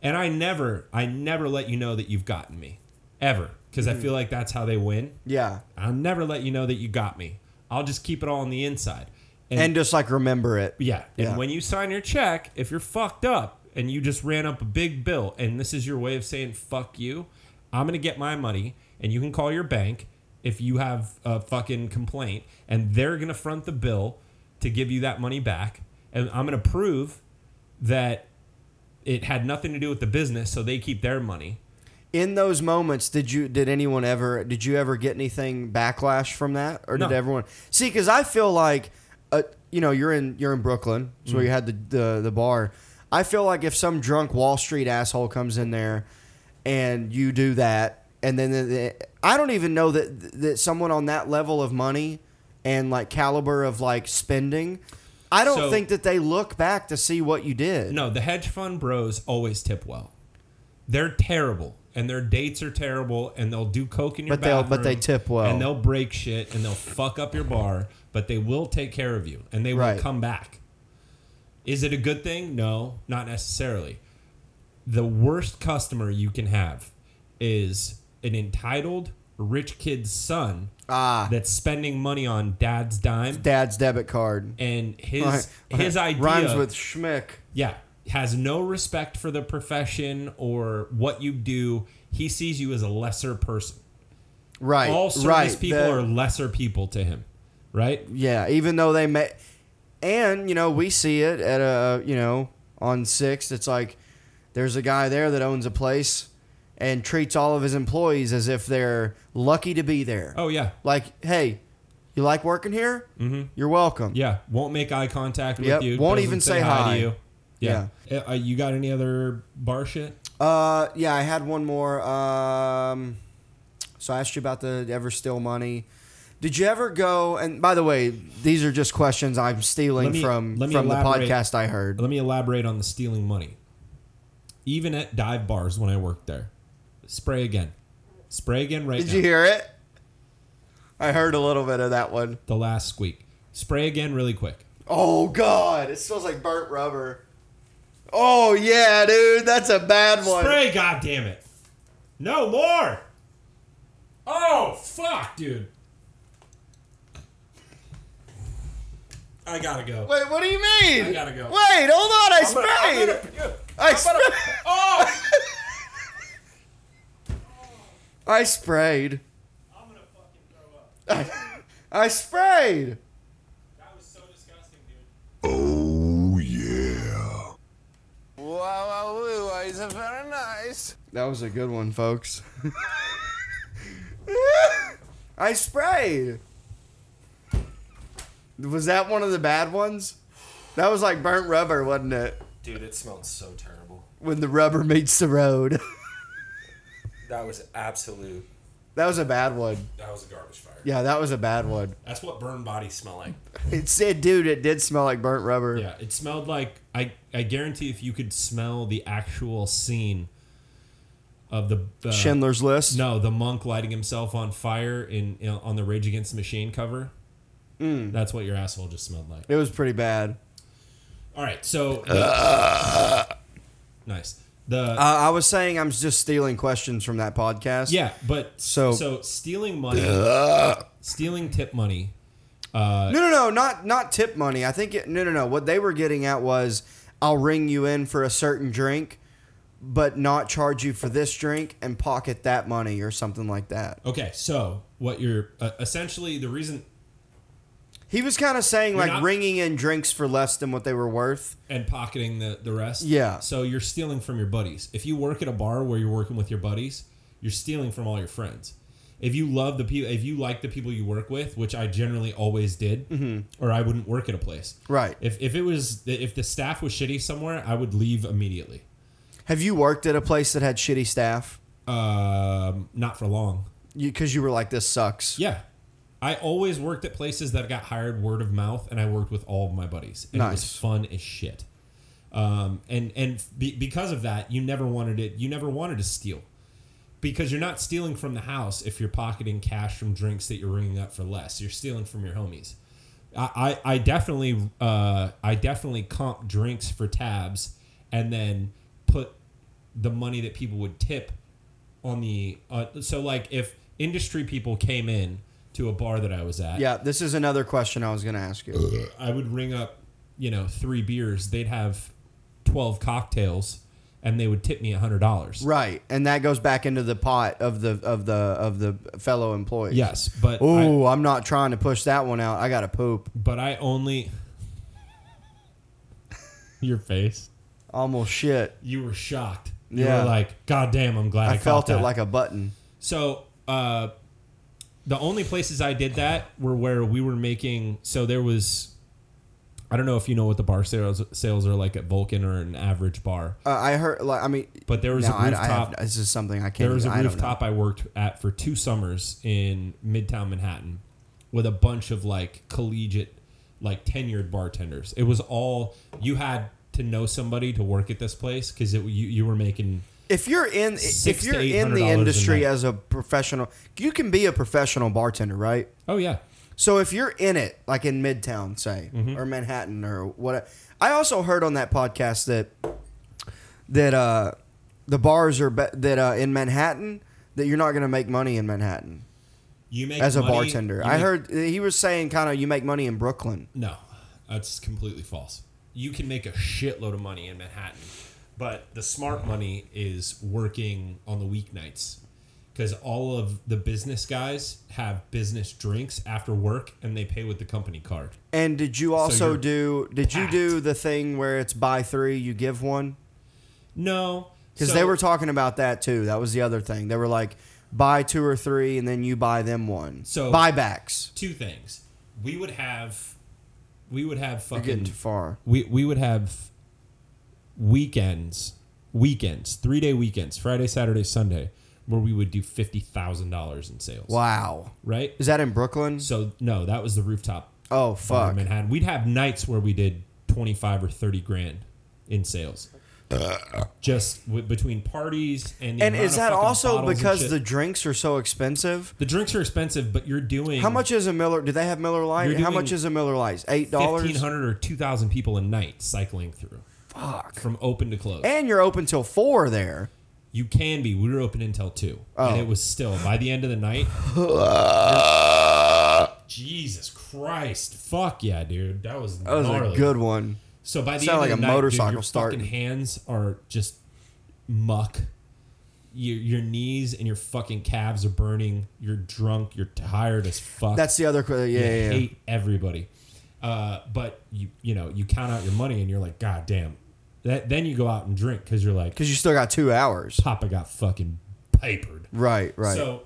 And I never, I never let you know that you've gotten me, ever, because
Mm-hmm.
I feel like that's how they win.
Yeah.
I'll never let you know that you got me. I'll just keep it all on the inside.
And just like remember it.
Yeah. And
Yeah.
when you sign your check, if you're fucked up and you just ran up a big bill and this is your way of saying fuck you, I'm going to get my money and you can call your bank if you have a fucking complaint and they're going to front the bill to give you that money back and I'm going to prove that it had nothing to do with the business so they keep their money.
In those moments, did you did anyone ever did you ever get anything backlash from that, or
No.
did everyone see? Because I feel like, uh, you know, you're in you're in Brooklyn, so
Mm-hmm.
where you had the, the the bar. I feel like if some drunk Wall Street asshole comes in there, and you do that, and then the, the- I don't even know that that someone on that level of money and like caliber of like spending, I don't
So-
think that they look back to see what you did.
No, the hedge fund bros always tip well. They're terrible, and their dates are terrible, and they'll do coke in your
But they'll-
bathroom.
but they tip well.
and they'll break shit, and they'll fuck up your bar, but they will take care of you, and they
Right.
will come back. Is it a good thing? No, not necessarily. The worst customer you can have is an entitled rich kid's son
Ah.
that's spending money on dad's dime,
Dad's debit card.
and his his idea
rhymes with schmick.
yeah has no respect for the profession or what you do he sees you as a lesser person
Right.
all service
right.
people
The-
are lesser people to him right
Yeah, even though they may, and you know we see it at a you know on sixth. It's like there's a guy there that owns a place and treats all of his employees as if they're lucky to be there.
oh yeah
Like, hey, you like working here? Mm-hmm. You're welcome.
yeah won't make eye contact with
Yep,
you
won't
doesn't
even say hi.
to you yeah, Uh, you got any other bar shit
Uh, yeah, I had one more. Um, so I asked you about the ever steal money. Did you ever go? And by the way, these are just questions I'm stealing
Let me-
from
let me
from the
elaborate.
podcast I heard.
let me elaborate on the stealing money even at dive bars when i worked there spray again spray again right
Did
now
you hear it? I heard a little bit of that one.
the last squeak spray again really quick
Oh god, it smells like burnt rubber. Oh yeah, dude, that's a bad one.
Spray, goddamn it! No more. Oh fuck, dude. I gotta go.
Wait, what do you mean?
I gotta go.
Wait, hold on, I
I'm gonna- I'm
sprayed.
gonna- yeah.
I sprayed.
Oh.
I sprayed.
I'm gonna fucking throw up.
I sprayed.
That was so disgusting, dude.
Oh, yeah.
Wow, wow, woo, it's very nice.
That was a good one, folks. *laughs* I sprayed. Was that one of the bad ones? That was like burnt rubber, wasn't it?
Dude, it smelled so terrible.
When the rubber meets the road. *laughs*
That was absolute.
That was a bad one.
That was a garbage fire.
Yeah, that was a bad one.
That's what burned bodies smell like.
It said, dude, it did smell like burnt rubber.
Yeah, it smelled like I. I guarantee if you could smell the actual scene of the uh,
Schindler's List.
No, the monk lighting himself on fire in, in on the Rage Against the Machine cover. That's what your asshole just smelled like.
It was pretty bad.
All right, so nice. The
Uh, I was saying I'm just stealing questions from that podcast.
yeah, but
So-
so so stealing money, stealing tip money.
No, no, no, not not tip money. I think it, no, no, no. What they were getting at was I'll ring you in for a certain drink, but not charge you for this drink and pocket that money or something like that.
Okay, so what you're uh, essentially the reason
He was kind of saying like
not-
ringing in drinks for less than what they were worth.
and pocketing the, the rest.
Yeah.
So you're stealing from your buddies. If you work at a bar where you're working with your buddies, you're stealing from all your friends. If you love the people, if you like the people you work with, which I generally always did, or I wouldn't work at a place.
Mm-hmm. Right.
If, if it was if the staff was shitty somewhere, I would leave immediately.
Have you worked at a place that had shitty staff?
Um, not for long.
Because you, were like, this sucks.
Yeah. I always worked at places that got hired word of mouth, and I worked with all of my buddies. And It was
Nice.
fun as shit. Um, and and be, because of that, you never wanted it. You never wanted to steal, because you're not stealing from the house if you're pocketing cash from drinks that you're ringing up for less. You're stealing from your homies. I I, I definitely uh, I definitely comp drinks for tabs, and then put the money that people would tip on the uh, so like if industry people came in to a bar that I was at,
Yeah, this is another question I was going to ask you.
I would ring up, you know, three beers. They'd have twelve cocktails, and they would tip me a hundred dollars.
Right, and that goes back into the pot of the of the of the fellow employees.
Yes, but I,
Oh, I'm not trying to push that one out. I got to poop.
but I only *laughs* your face.
Almost shit.
You were shocked. You
Yeah.
were like, God damn, I'm glad I,
I, felt
caught
it
that."
like a button.
So uh, the only places I did that were where we were making. So there was, I don't know if you know what the bar sales sales are like at Vulcan or an average bar,
Uh, I heard. Like, I mean,
but there was
no,
a
I, I
rooftop.
have, this is something I can't.
There was a
I don't know.
rooftop I worked at for two summers in Midtown Manhattan with a bunch of like collegiate, like tenured bartenders. It was all you had to know somebody to work at this place because it you, you were making
If you're in,
Six
if
to
you're
eight
in
hundred
the
dollars a
industry
night.
as a professional, you can be a professional bartender, right?
oh yeah
So if you're in it, like in Midtown, say,
Mm-hmm.
or Manhattan, or what, I also heard on that podcast that that uh, the bars are be- that uh, in Manhattan that you're not going to make money in Manhattan
you make
as a
money-
bartender.
you
I
make-
heard he was saying kind of you make money in Brooklyn.
No, that's completely false. You can make a shitload of money in Manhattan, but the smart money is working on the weeknights because all of the business guys have business drinks after work and they pay with the company card.
And did you also
you're
do? Did you
packed.
do the thing where it's buy three, you give one?
No,
Because
so-
they were talking about that too. That was the other thing. They were like, buy two or three, and then you buy them one.
So-
buybacks.
two things. We would have, we would have
You're getting
fucking
too far.
we we would have weekends, weekends, three day weekends, Friday, Saturday, Sunday, where we would do fifty thousand dollars in sales.
Wow.
Right.
Is that in Brooklyn?
So no, that was the rooftop
Oh
bar
fuck.
in Manhattan. We'd have nights where we did twenty five or thirty grand in sales, just w- between parties and. The
And
amount
is
of
that
fucking
also
bottles and
because
shit.
the drinks are so expensive?
the drinks are expensive, but you're doing
How much is a Miller? Do they have Miller Lite?
Mm. You're
How
doing
much is a Miller Lite? Eight
fifteen
dollars.
hundred or two thousand people a night cycling through. Fuck. From open to close.
And you're open till four there.
You can be. We were open until two,
Oh.
and it was still by the end of
*laughs*
the night. Jesus Christ! Fuck yeah, dude, that was
That was
gnarly.
a good one.
So by the end
Sound
of
like
the
a
night,
motorcycle
dude, your
starting.
fucking hands are just muck. Your your knees and your fucking calves are burning. You're drunk. You're tired as fuck.
That's the other. que- Yeah,
you
yeah, yeah.
hate everybody. Uh, but you you know you count out your money and you're like, God damn. That then you go out and drink because you're like,
Because you still got two hours.
Papa got fucking papered.
Right. Right.
So,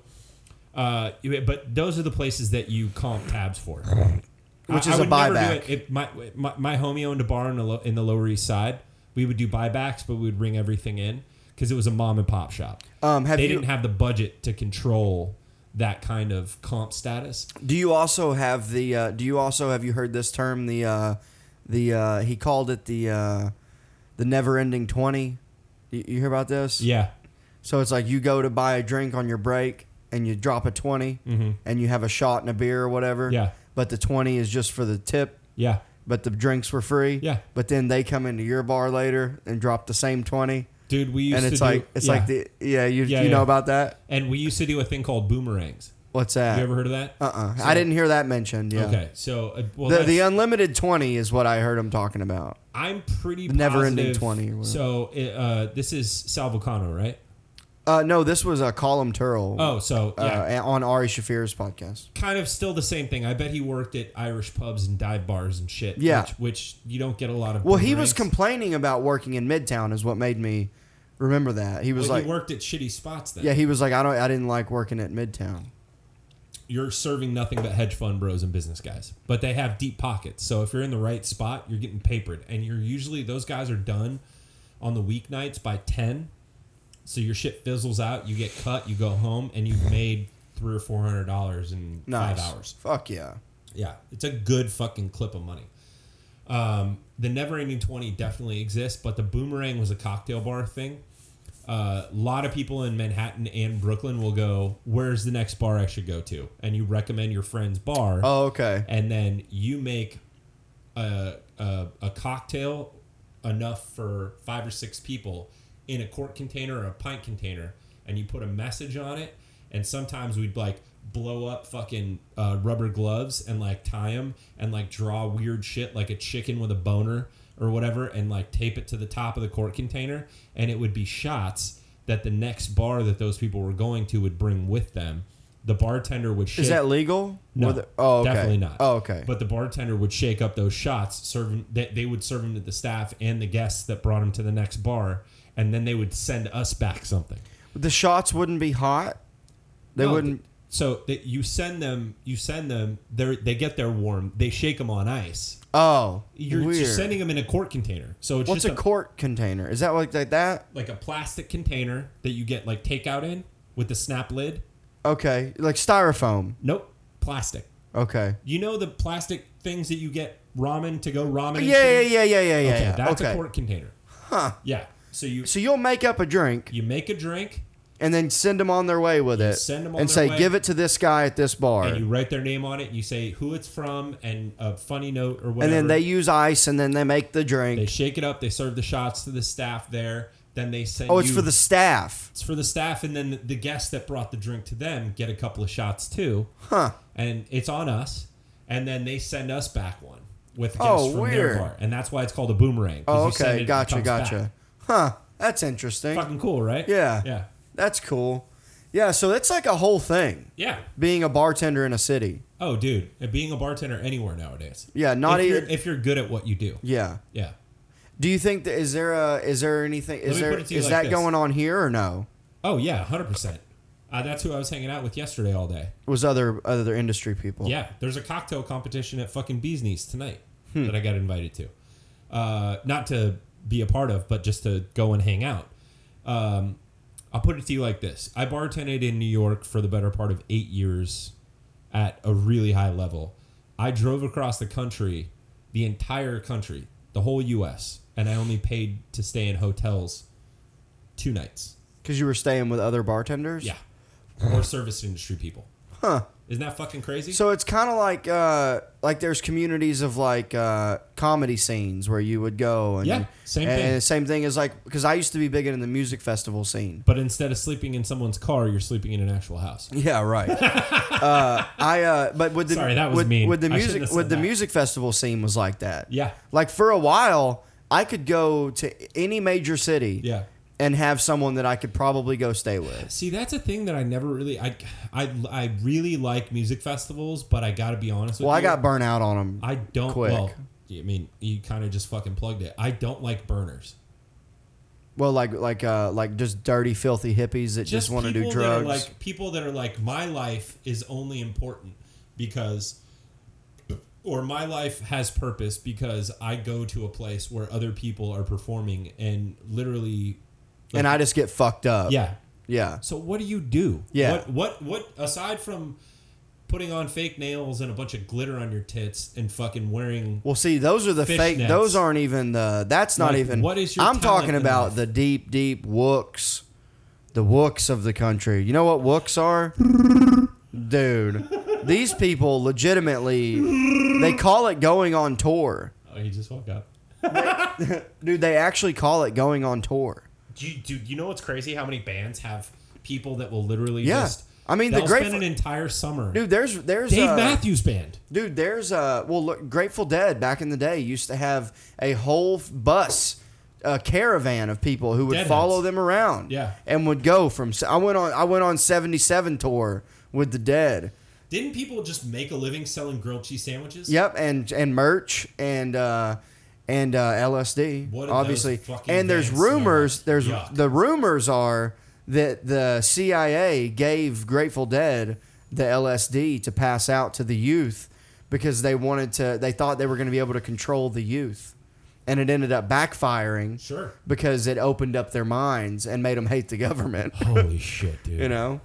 uh, you- but those are the places that you comp tabs for,
Which is
I- I
a
would never do
buyback.
it. If my, my my homie owned a bar in the lo- in the Lower East Side. We would do buybacks, but we would ring everything in because it was a mom and pop shop.
Um, have
they
you-
didn't have the budget to control that kind of comp status.
Do you also have the? Uh, do you also have you heard this term? The uh, the uh, he called it the uh, the never ending twenty. You, you hear about this?
Yeah,
So it's like you go to buy a drink on your break and you drop a 20 and you have a shot and a beer or whatever.
Mm-hmm. Yeah.
But the twenty is just for the tip.
yeah.
But the drinks were free.
Yeah.
But then they come into your bar later and drop the same twenty,
Dude, we used
and
to
it's
do-
like it's
yeah.
like the yeah you
Yeah,
you know
yeah.
about that?
and we used to do a thing called boomerangs.
What's that?
You ever heard of that?
uh uh I didn't hear that mentioned. Yeah.
Okay, so uh, well,
The,
that's-
the unlimited twenty is what I heard him talking about.
I'm pretty
never-ending
positive-
20 or whatever.
So uh, this is Salvocano, right?
Uh, no, this was a Column Turl.
Oh, so yeah,
uh, on Ari Shafir's podcast.
kind of still the same thing. I bet he worked at Irish pubs and dive bars and shit.
Yeah.
which, which you don't get a lot of.
Well, he was
boomerangs.
complaining about working in Midtown, is what made me remember that. He was
Well,
like,
he worked at shitty spots. Then
yeah, he was like, I don't, I didn't like working at Midtown.
you're serving nothing but hedge fund bros and business guys, but they have deep pockets. So if you're in the right spot, you're getting papered, and you're usually those guys are done on the weeknights by ten. So your shit fizzles out. You get cut. You go home, and you've made three or four hundred dollars in
Nice.
five hours.
Fuck yeah.
Yeah, it's a good fucking clip of money. Um, the Never Ending Twenty definitely exists, but the Boomerang was a cocktail bar thing. Uh, A lot of people in Manhattan and Brooklyn will go, "Where's the next bar I should go to?" And you recommend your friend's bar,
Oh, okay.
and then you make a, a a cocktail enough for five or six people in a quart container or a pint container, and you put a message on it. And sometimes we'd like blow up fucking uh, rubber gloves and like tie them and like draw weird shit like a chicken with a boner or whatever and like tape it to the top of the quart container and it would be shots that the next bar that those people were going to would bring with them the bartender would shake
Is that legal?
no,
Were the- oh, okay.
definitely not.
Oh, okay.
But the bartender would shake up those shots, serving that they would serve them to the staff and the guests that brought them to the next bar, and then they would send us back something.
the shots wouldn't be hot. They
No,
wouldn't.
So that you send them, you send them. They they get their warm. They shake them on ice.
Oh,
You're
weird.
just sending them in a quart container. So it's
What's a
just a,
quart container? Is that like like that?
like a plastic container that you get like takeout in with the snap lid.
Okay, like styrofoam.
Nope, plastic.
Okay.
You know the plastic things that you get ramen to go ramen.
Yeah, yeah,
into?
yeah, yeah, yeah, yeah.
Okay,
yeah.
that's
okay.
a quart container. Huh. Yeah. So you
So you'll make up a drink
you make a drink
and then send them on their way with it,
send 'em on
and
their
say,
way.
"Give it to this guy at this bar,"
and you write their name on it. You say who it's from and a funny note or
And
whatever.
then they use ice, and then they make the
they
drink.
shake it up. They serve the shots to the staff there. Then they send.
oh, it's
you-
for the staff.
it's for the staff, and then the, the guests that brought the drink to them get a couple of shots too. Huh. And it's on us, and then they send us back one with guests
Oh,
from
weird.
their bar, and that's why it's called a boomerang. 'cause
Oh,
you send it,
okay,
it
gotcha,
comes back.
gotcha. Huh? That's interesting.
Fucking cool, right?
Yeah.
Yeah.
That's cool. Yeah, so it's like a whole thing
Yeah.
being a bartender in a city.
Oh, dude, and being a bartender anywhere nowadays.
Yeah, not
if
even.
you're, if you're good at what you do.
yeah.
Yeah.
Do you think that is there a is there anything is
me
there
put it
is
to you like
that
this.
going on here or no?
Oh yeah, hundred percent. Uh, that's who I was hanging out with yesterday all day.
Was other other industry people?
Yeah, there's a cocktail competition at fucking Bee's Knees tonight that I got invited to. Uh, not to be a part of, but just to go and hang out. Um, I'll put it to you like this: I bartended in New York for the better part of eight years at a really high level. I drove across the country, the entire country, the whole U.S., and I only paid to stay in hotels two nights.
Because you were staying with other bartenders. *sighs*
Yeah. Or service industry people. Huh. Isn't that fucking crazy?
So it's kind of like uh, like there's communities of like uh, comedy scenes where you would go and
Yeah, same
and
thing.
the same thing is like because I used to be big into the music festival scene.
but instead of sleeping in someone's car, you're sleeping in an actual house.
Yeah,
*laughs*
right. uh, I uh, but with the
Sorry, that was
with,
mean.
with the
I shouldn't
music
have said
with the
that.
music festival scene was like that.
Yeah.
Like for a while, I could go to any major city.
Yeah.
And have someone that I could probably go stay with.
See, that's a thing that I never really I I, I really like music festivals, but I got to be honest with
Well, I
you.
got burnt out on them.
I don't
quick.
well, I mean, you kind of just fucking plugged it. I don't like burners.
well, like like uh like just dirty, filthy hippies that just, want to do
people that
drugs.
Are like people that are like, my life is only important because, or my life has purpose because I go to a place where other people are performing and literally,
and I just get fucked up.
yeah.
Yeah.
So what do you do?
Yeah.
What what what aside from putting on fake nails and a bunch of glitter on your tits and fucking wearing
Well, see, those are the
Fish
fake.
nets.
Those aren't even the. That's not
Like,
even.
what is your
I'm talking
talent
about
enough?
the deep, deep wooks, the wooks of the country. You know what wooks
*laughs*
are, dude? These people legitimately, they call it going on tour,
Oh, he just woke up.
dude. They actually call it going on tour.
Do you, dude, you know what's crazy? How many bands have people that will literally
Yeah.
just
I mean, the
they'll
Grateful-
spend an entire summer.
Dude, there's there's
Dave
uh,
Matthews Band.
Dude, there's a well, look, Grateful Dead back in the day used to have a whole f- bus a caravan of people who would
Deadheads.
follow them around.
Yeah.
and would go from. I went on. I went on seventy seven tour with the Dead.
Didn't people just make a living selling grilled cheese sandwiches?
Yep, and and merch and uh, and uh, LSD,
What are
obviously.
those fucking
And there's
bands smell
rumors.
like?
There's
Yuck.
the rumors are that the CIA gave Grateful Dead the LSD to pass out to the youth because they wanted to. They thought they were going to be able to control the youth, and it ended up backfiring.
Sure.
Because it opened up their minds and made them hate the government. *laughs*
Holy shit, dude.
You know.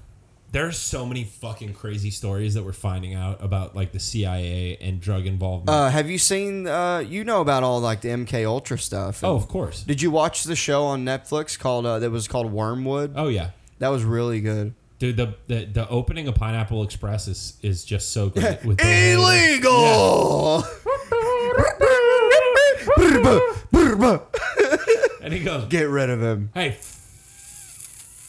There's so many fucking crazy stories that we're finding out about like the CIA and drug involvement.
Uh, have you seen? Uh, you know about all like the MK Ultra stuff. and-
oh, of course.
Did you watch the show on Netflix called uh, that was called Wormwood?
Oh yeah.
That was really good.
Dude, the, the the opening of Pineapple Express is is just
*laughs*
so great. With the-
Illegal.
and he goes,
*laughs* Get rid of him.
"Hey, f-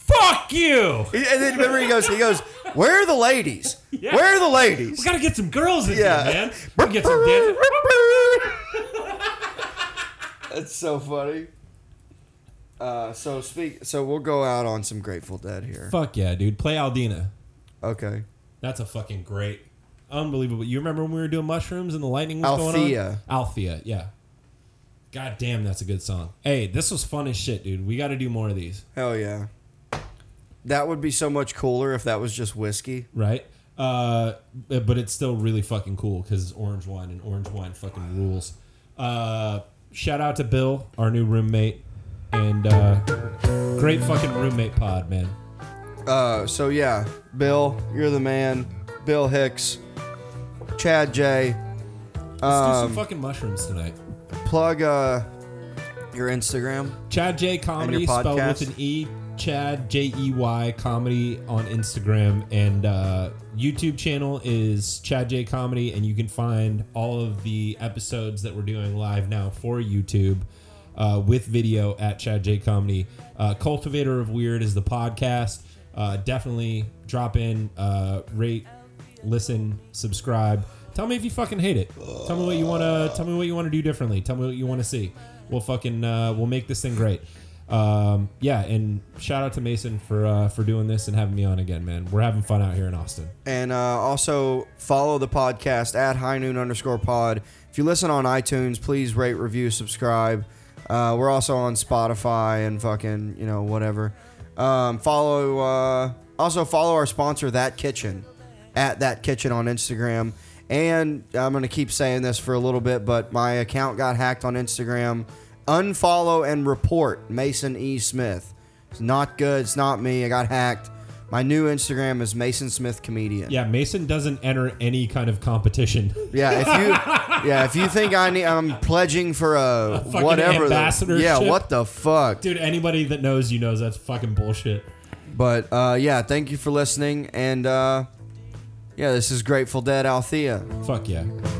fuck you!
And then remember he goes he goes, "Where are the ladies? Where are the
We
ladies?"
gotta get some girls in
Yeah.
here, man. We can get some
*laughs*
dancing."
That's so funny. Uh, so speak. So we'll go out on some Grateful Dead here.
Fuck yeah, dude. Play Aldina.
Okay.
That's a fucking great, unbelievable. You remember when we were doing mushrooms and the lightning was
Althea.
going on? Althea, yeah. God damn, that's a good song. Hey, this was fun as shit, dude. We got to do more of these,
Hell yeah. That would be so much cooler if that was just whiskey.
right? Uh, but it's still really fucking cool because it's orange wine and orange wine fucking rules. Uh, shout out to Bill, our new roommate, and uh, great fucking roommate pod, man.
Uh, so yeah, Bill, you're the man. Bill Hicks, Chad J.
Let's do some fucking mushrooms tonight.
Plug uh, your Instagram.
Chad J Comedy
And your
spelled with
podcast?
an E. Chad J E Y Comedy on Instagram and uh, YouTube channel is Chad J Comedy, and you can find all of the episodes that we're doing live now for YouTube uh, with video at Chad J Comedy. Uh, Cultivator of Weird is the podcast. Uh, definitely drop in, uh, rate, listen, subscribe. Tell me if you fucking hate it. Tell me what you wanna. Tell me what you wanna do differently. Tell me what you wanna see. We'll fucking uh, we'll make this thing great. Um, yeah, and shout out to Mason for uh, for doing this and having me on again, man. We're having fun out here in Austin.
And uh, also follow the podcast at high noon underscore pod. If you listen on iTunes, please rate, review, subscribe. Uh, we're also on Spotify and fucking, you know, whatever. Um, follow, uh, also follow our sponsor, That Kitchen, at That Kitchen on Instagram. And I'm going to keep saying this for a little bit, but my account got hacked on Instagram. Unfollow and report Mason E. Smith. It's not good. It's not me. I got hacked. My new Instagram is Mason Smith Comedian.
Yeah, Mason doesn't enter any kind of competition. *laughs*
Yeah, if you yeah, if you think I need I'm pledging for a,
fucking
whatever the,
ambassadorship?
Yeah, what the fuck.
Dude, anybody that knows you knows that's fucking bullshit.
But uh yeah, thank you for listening and uh yeah, this is Grateful Dead Althea.
Fuck yeah.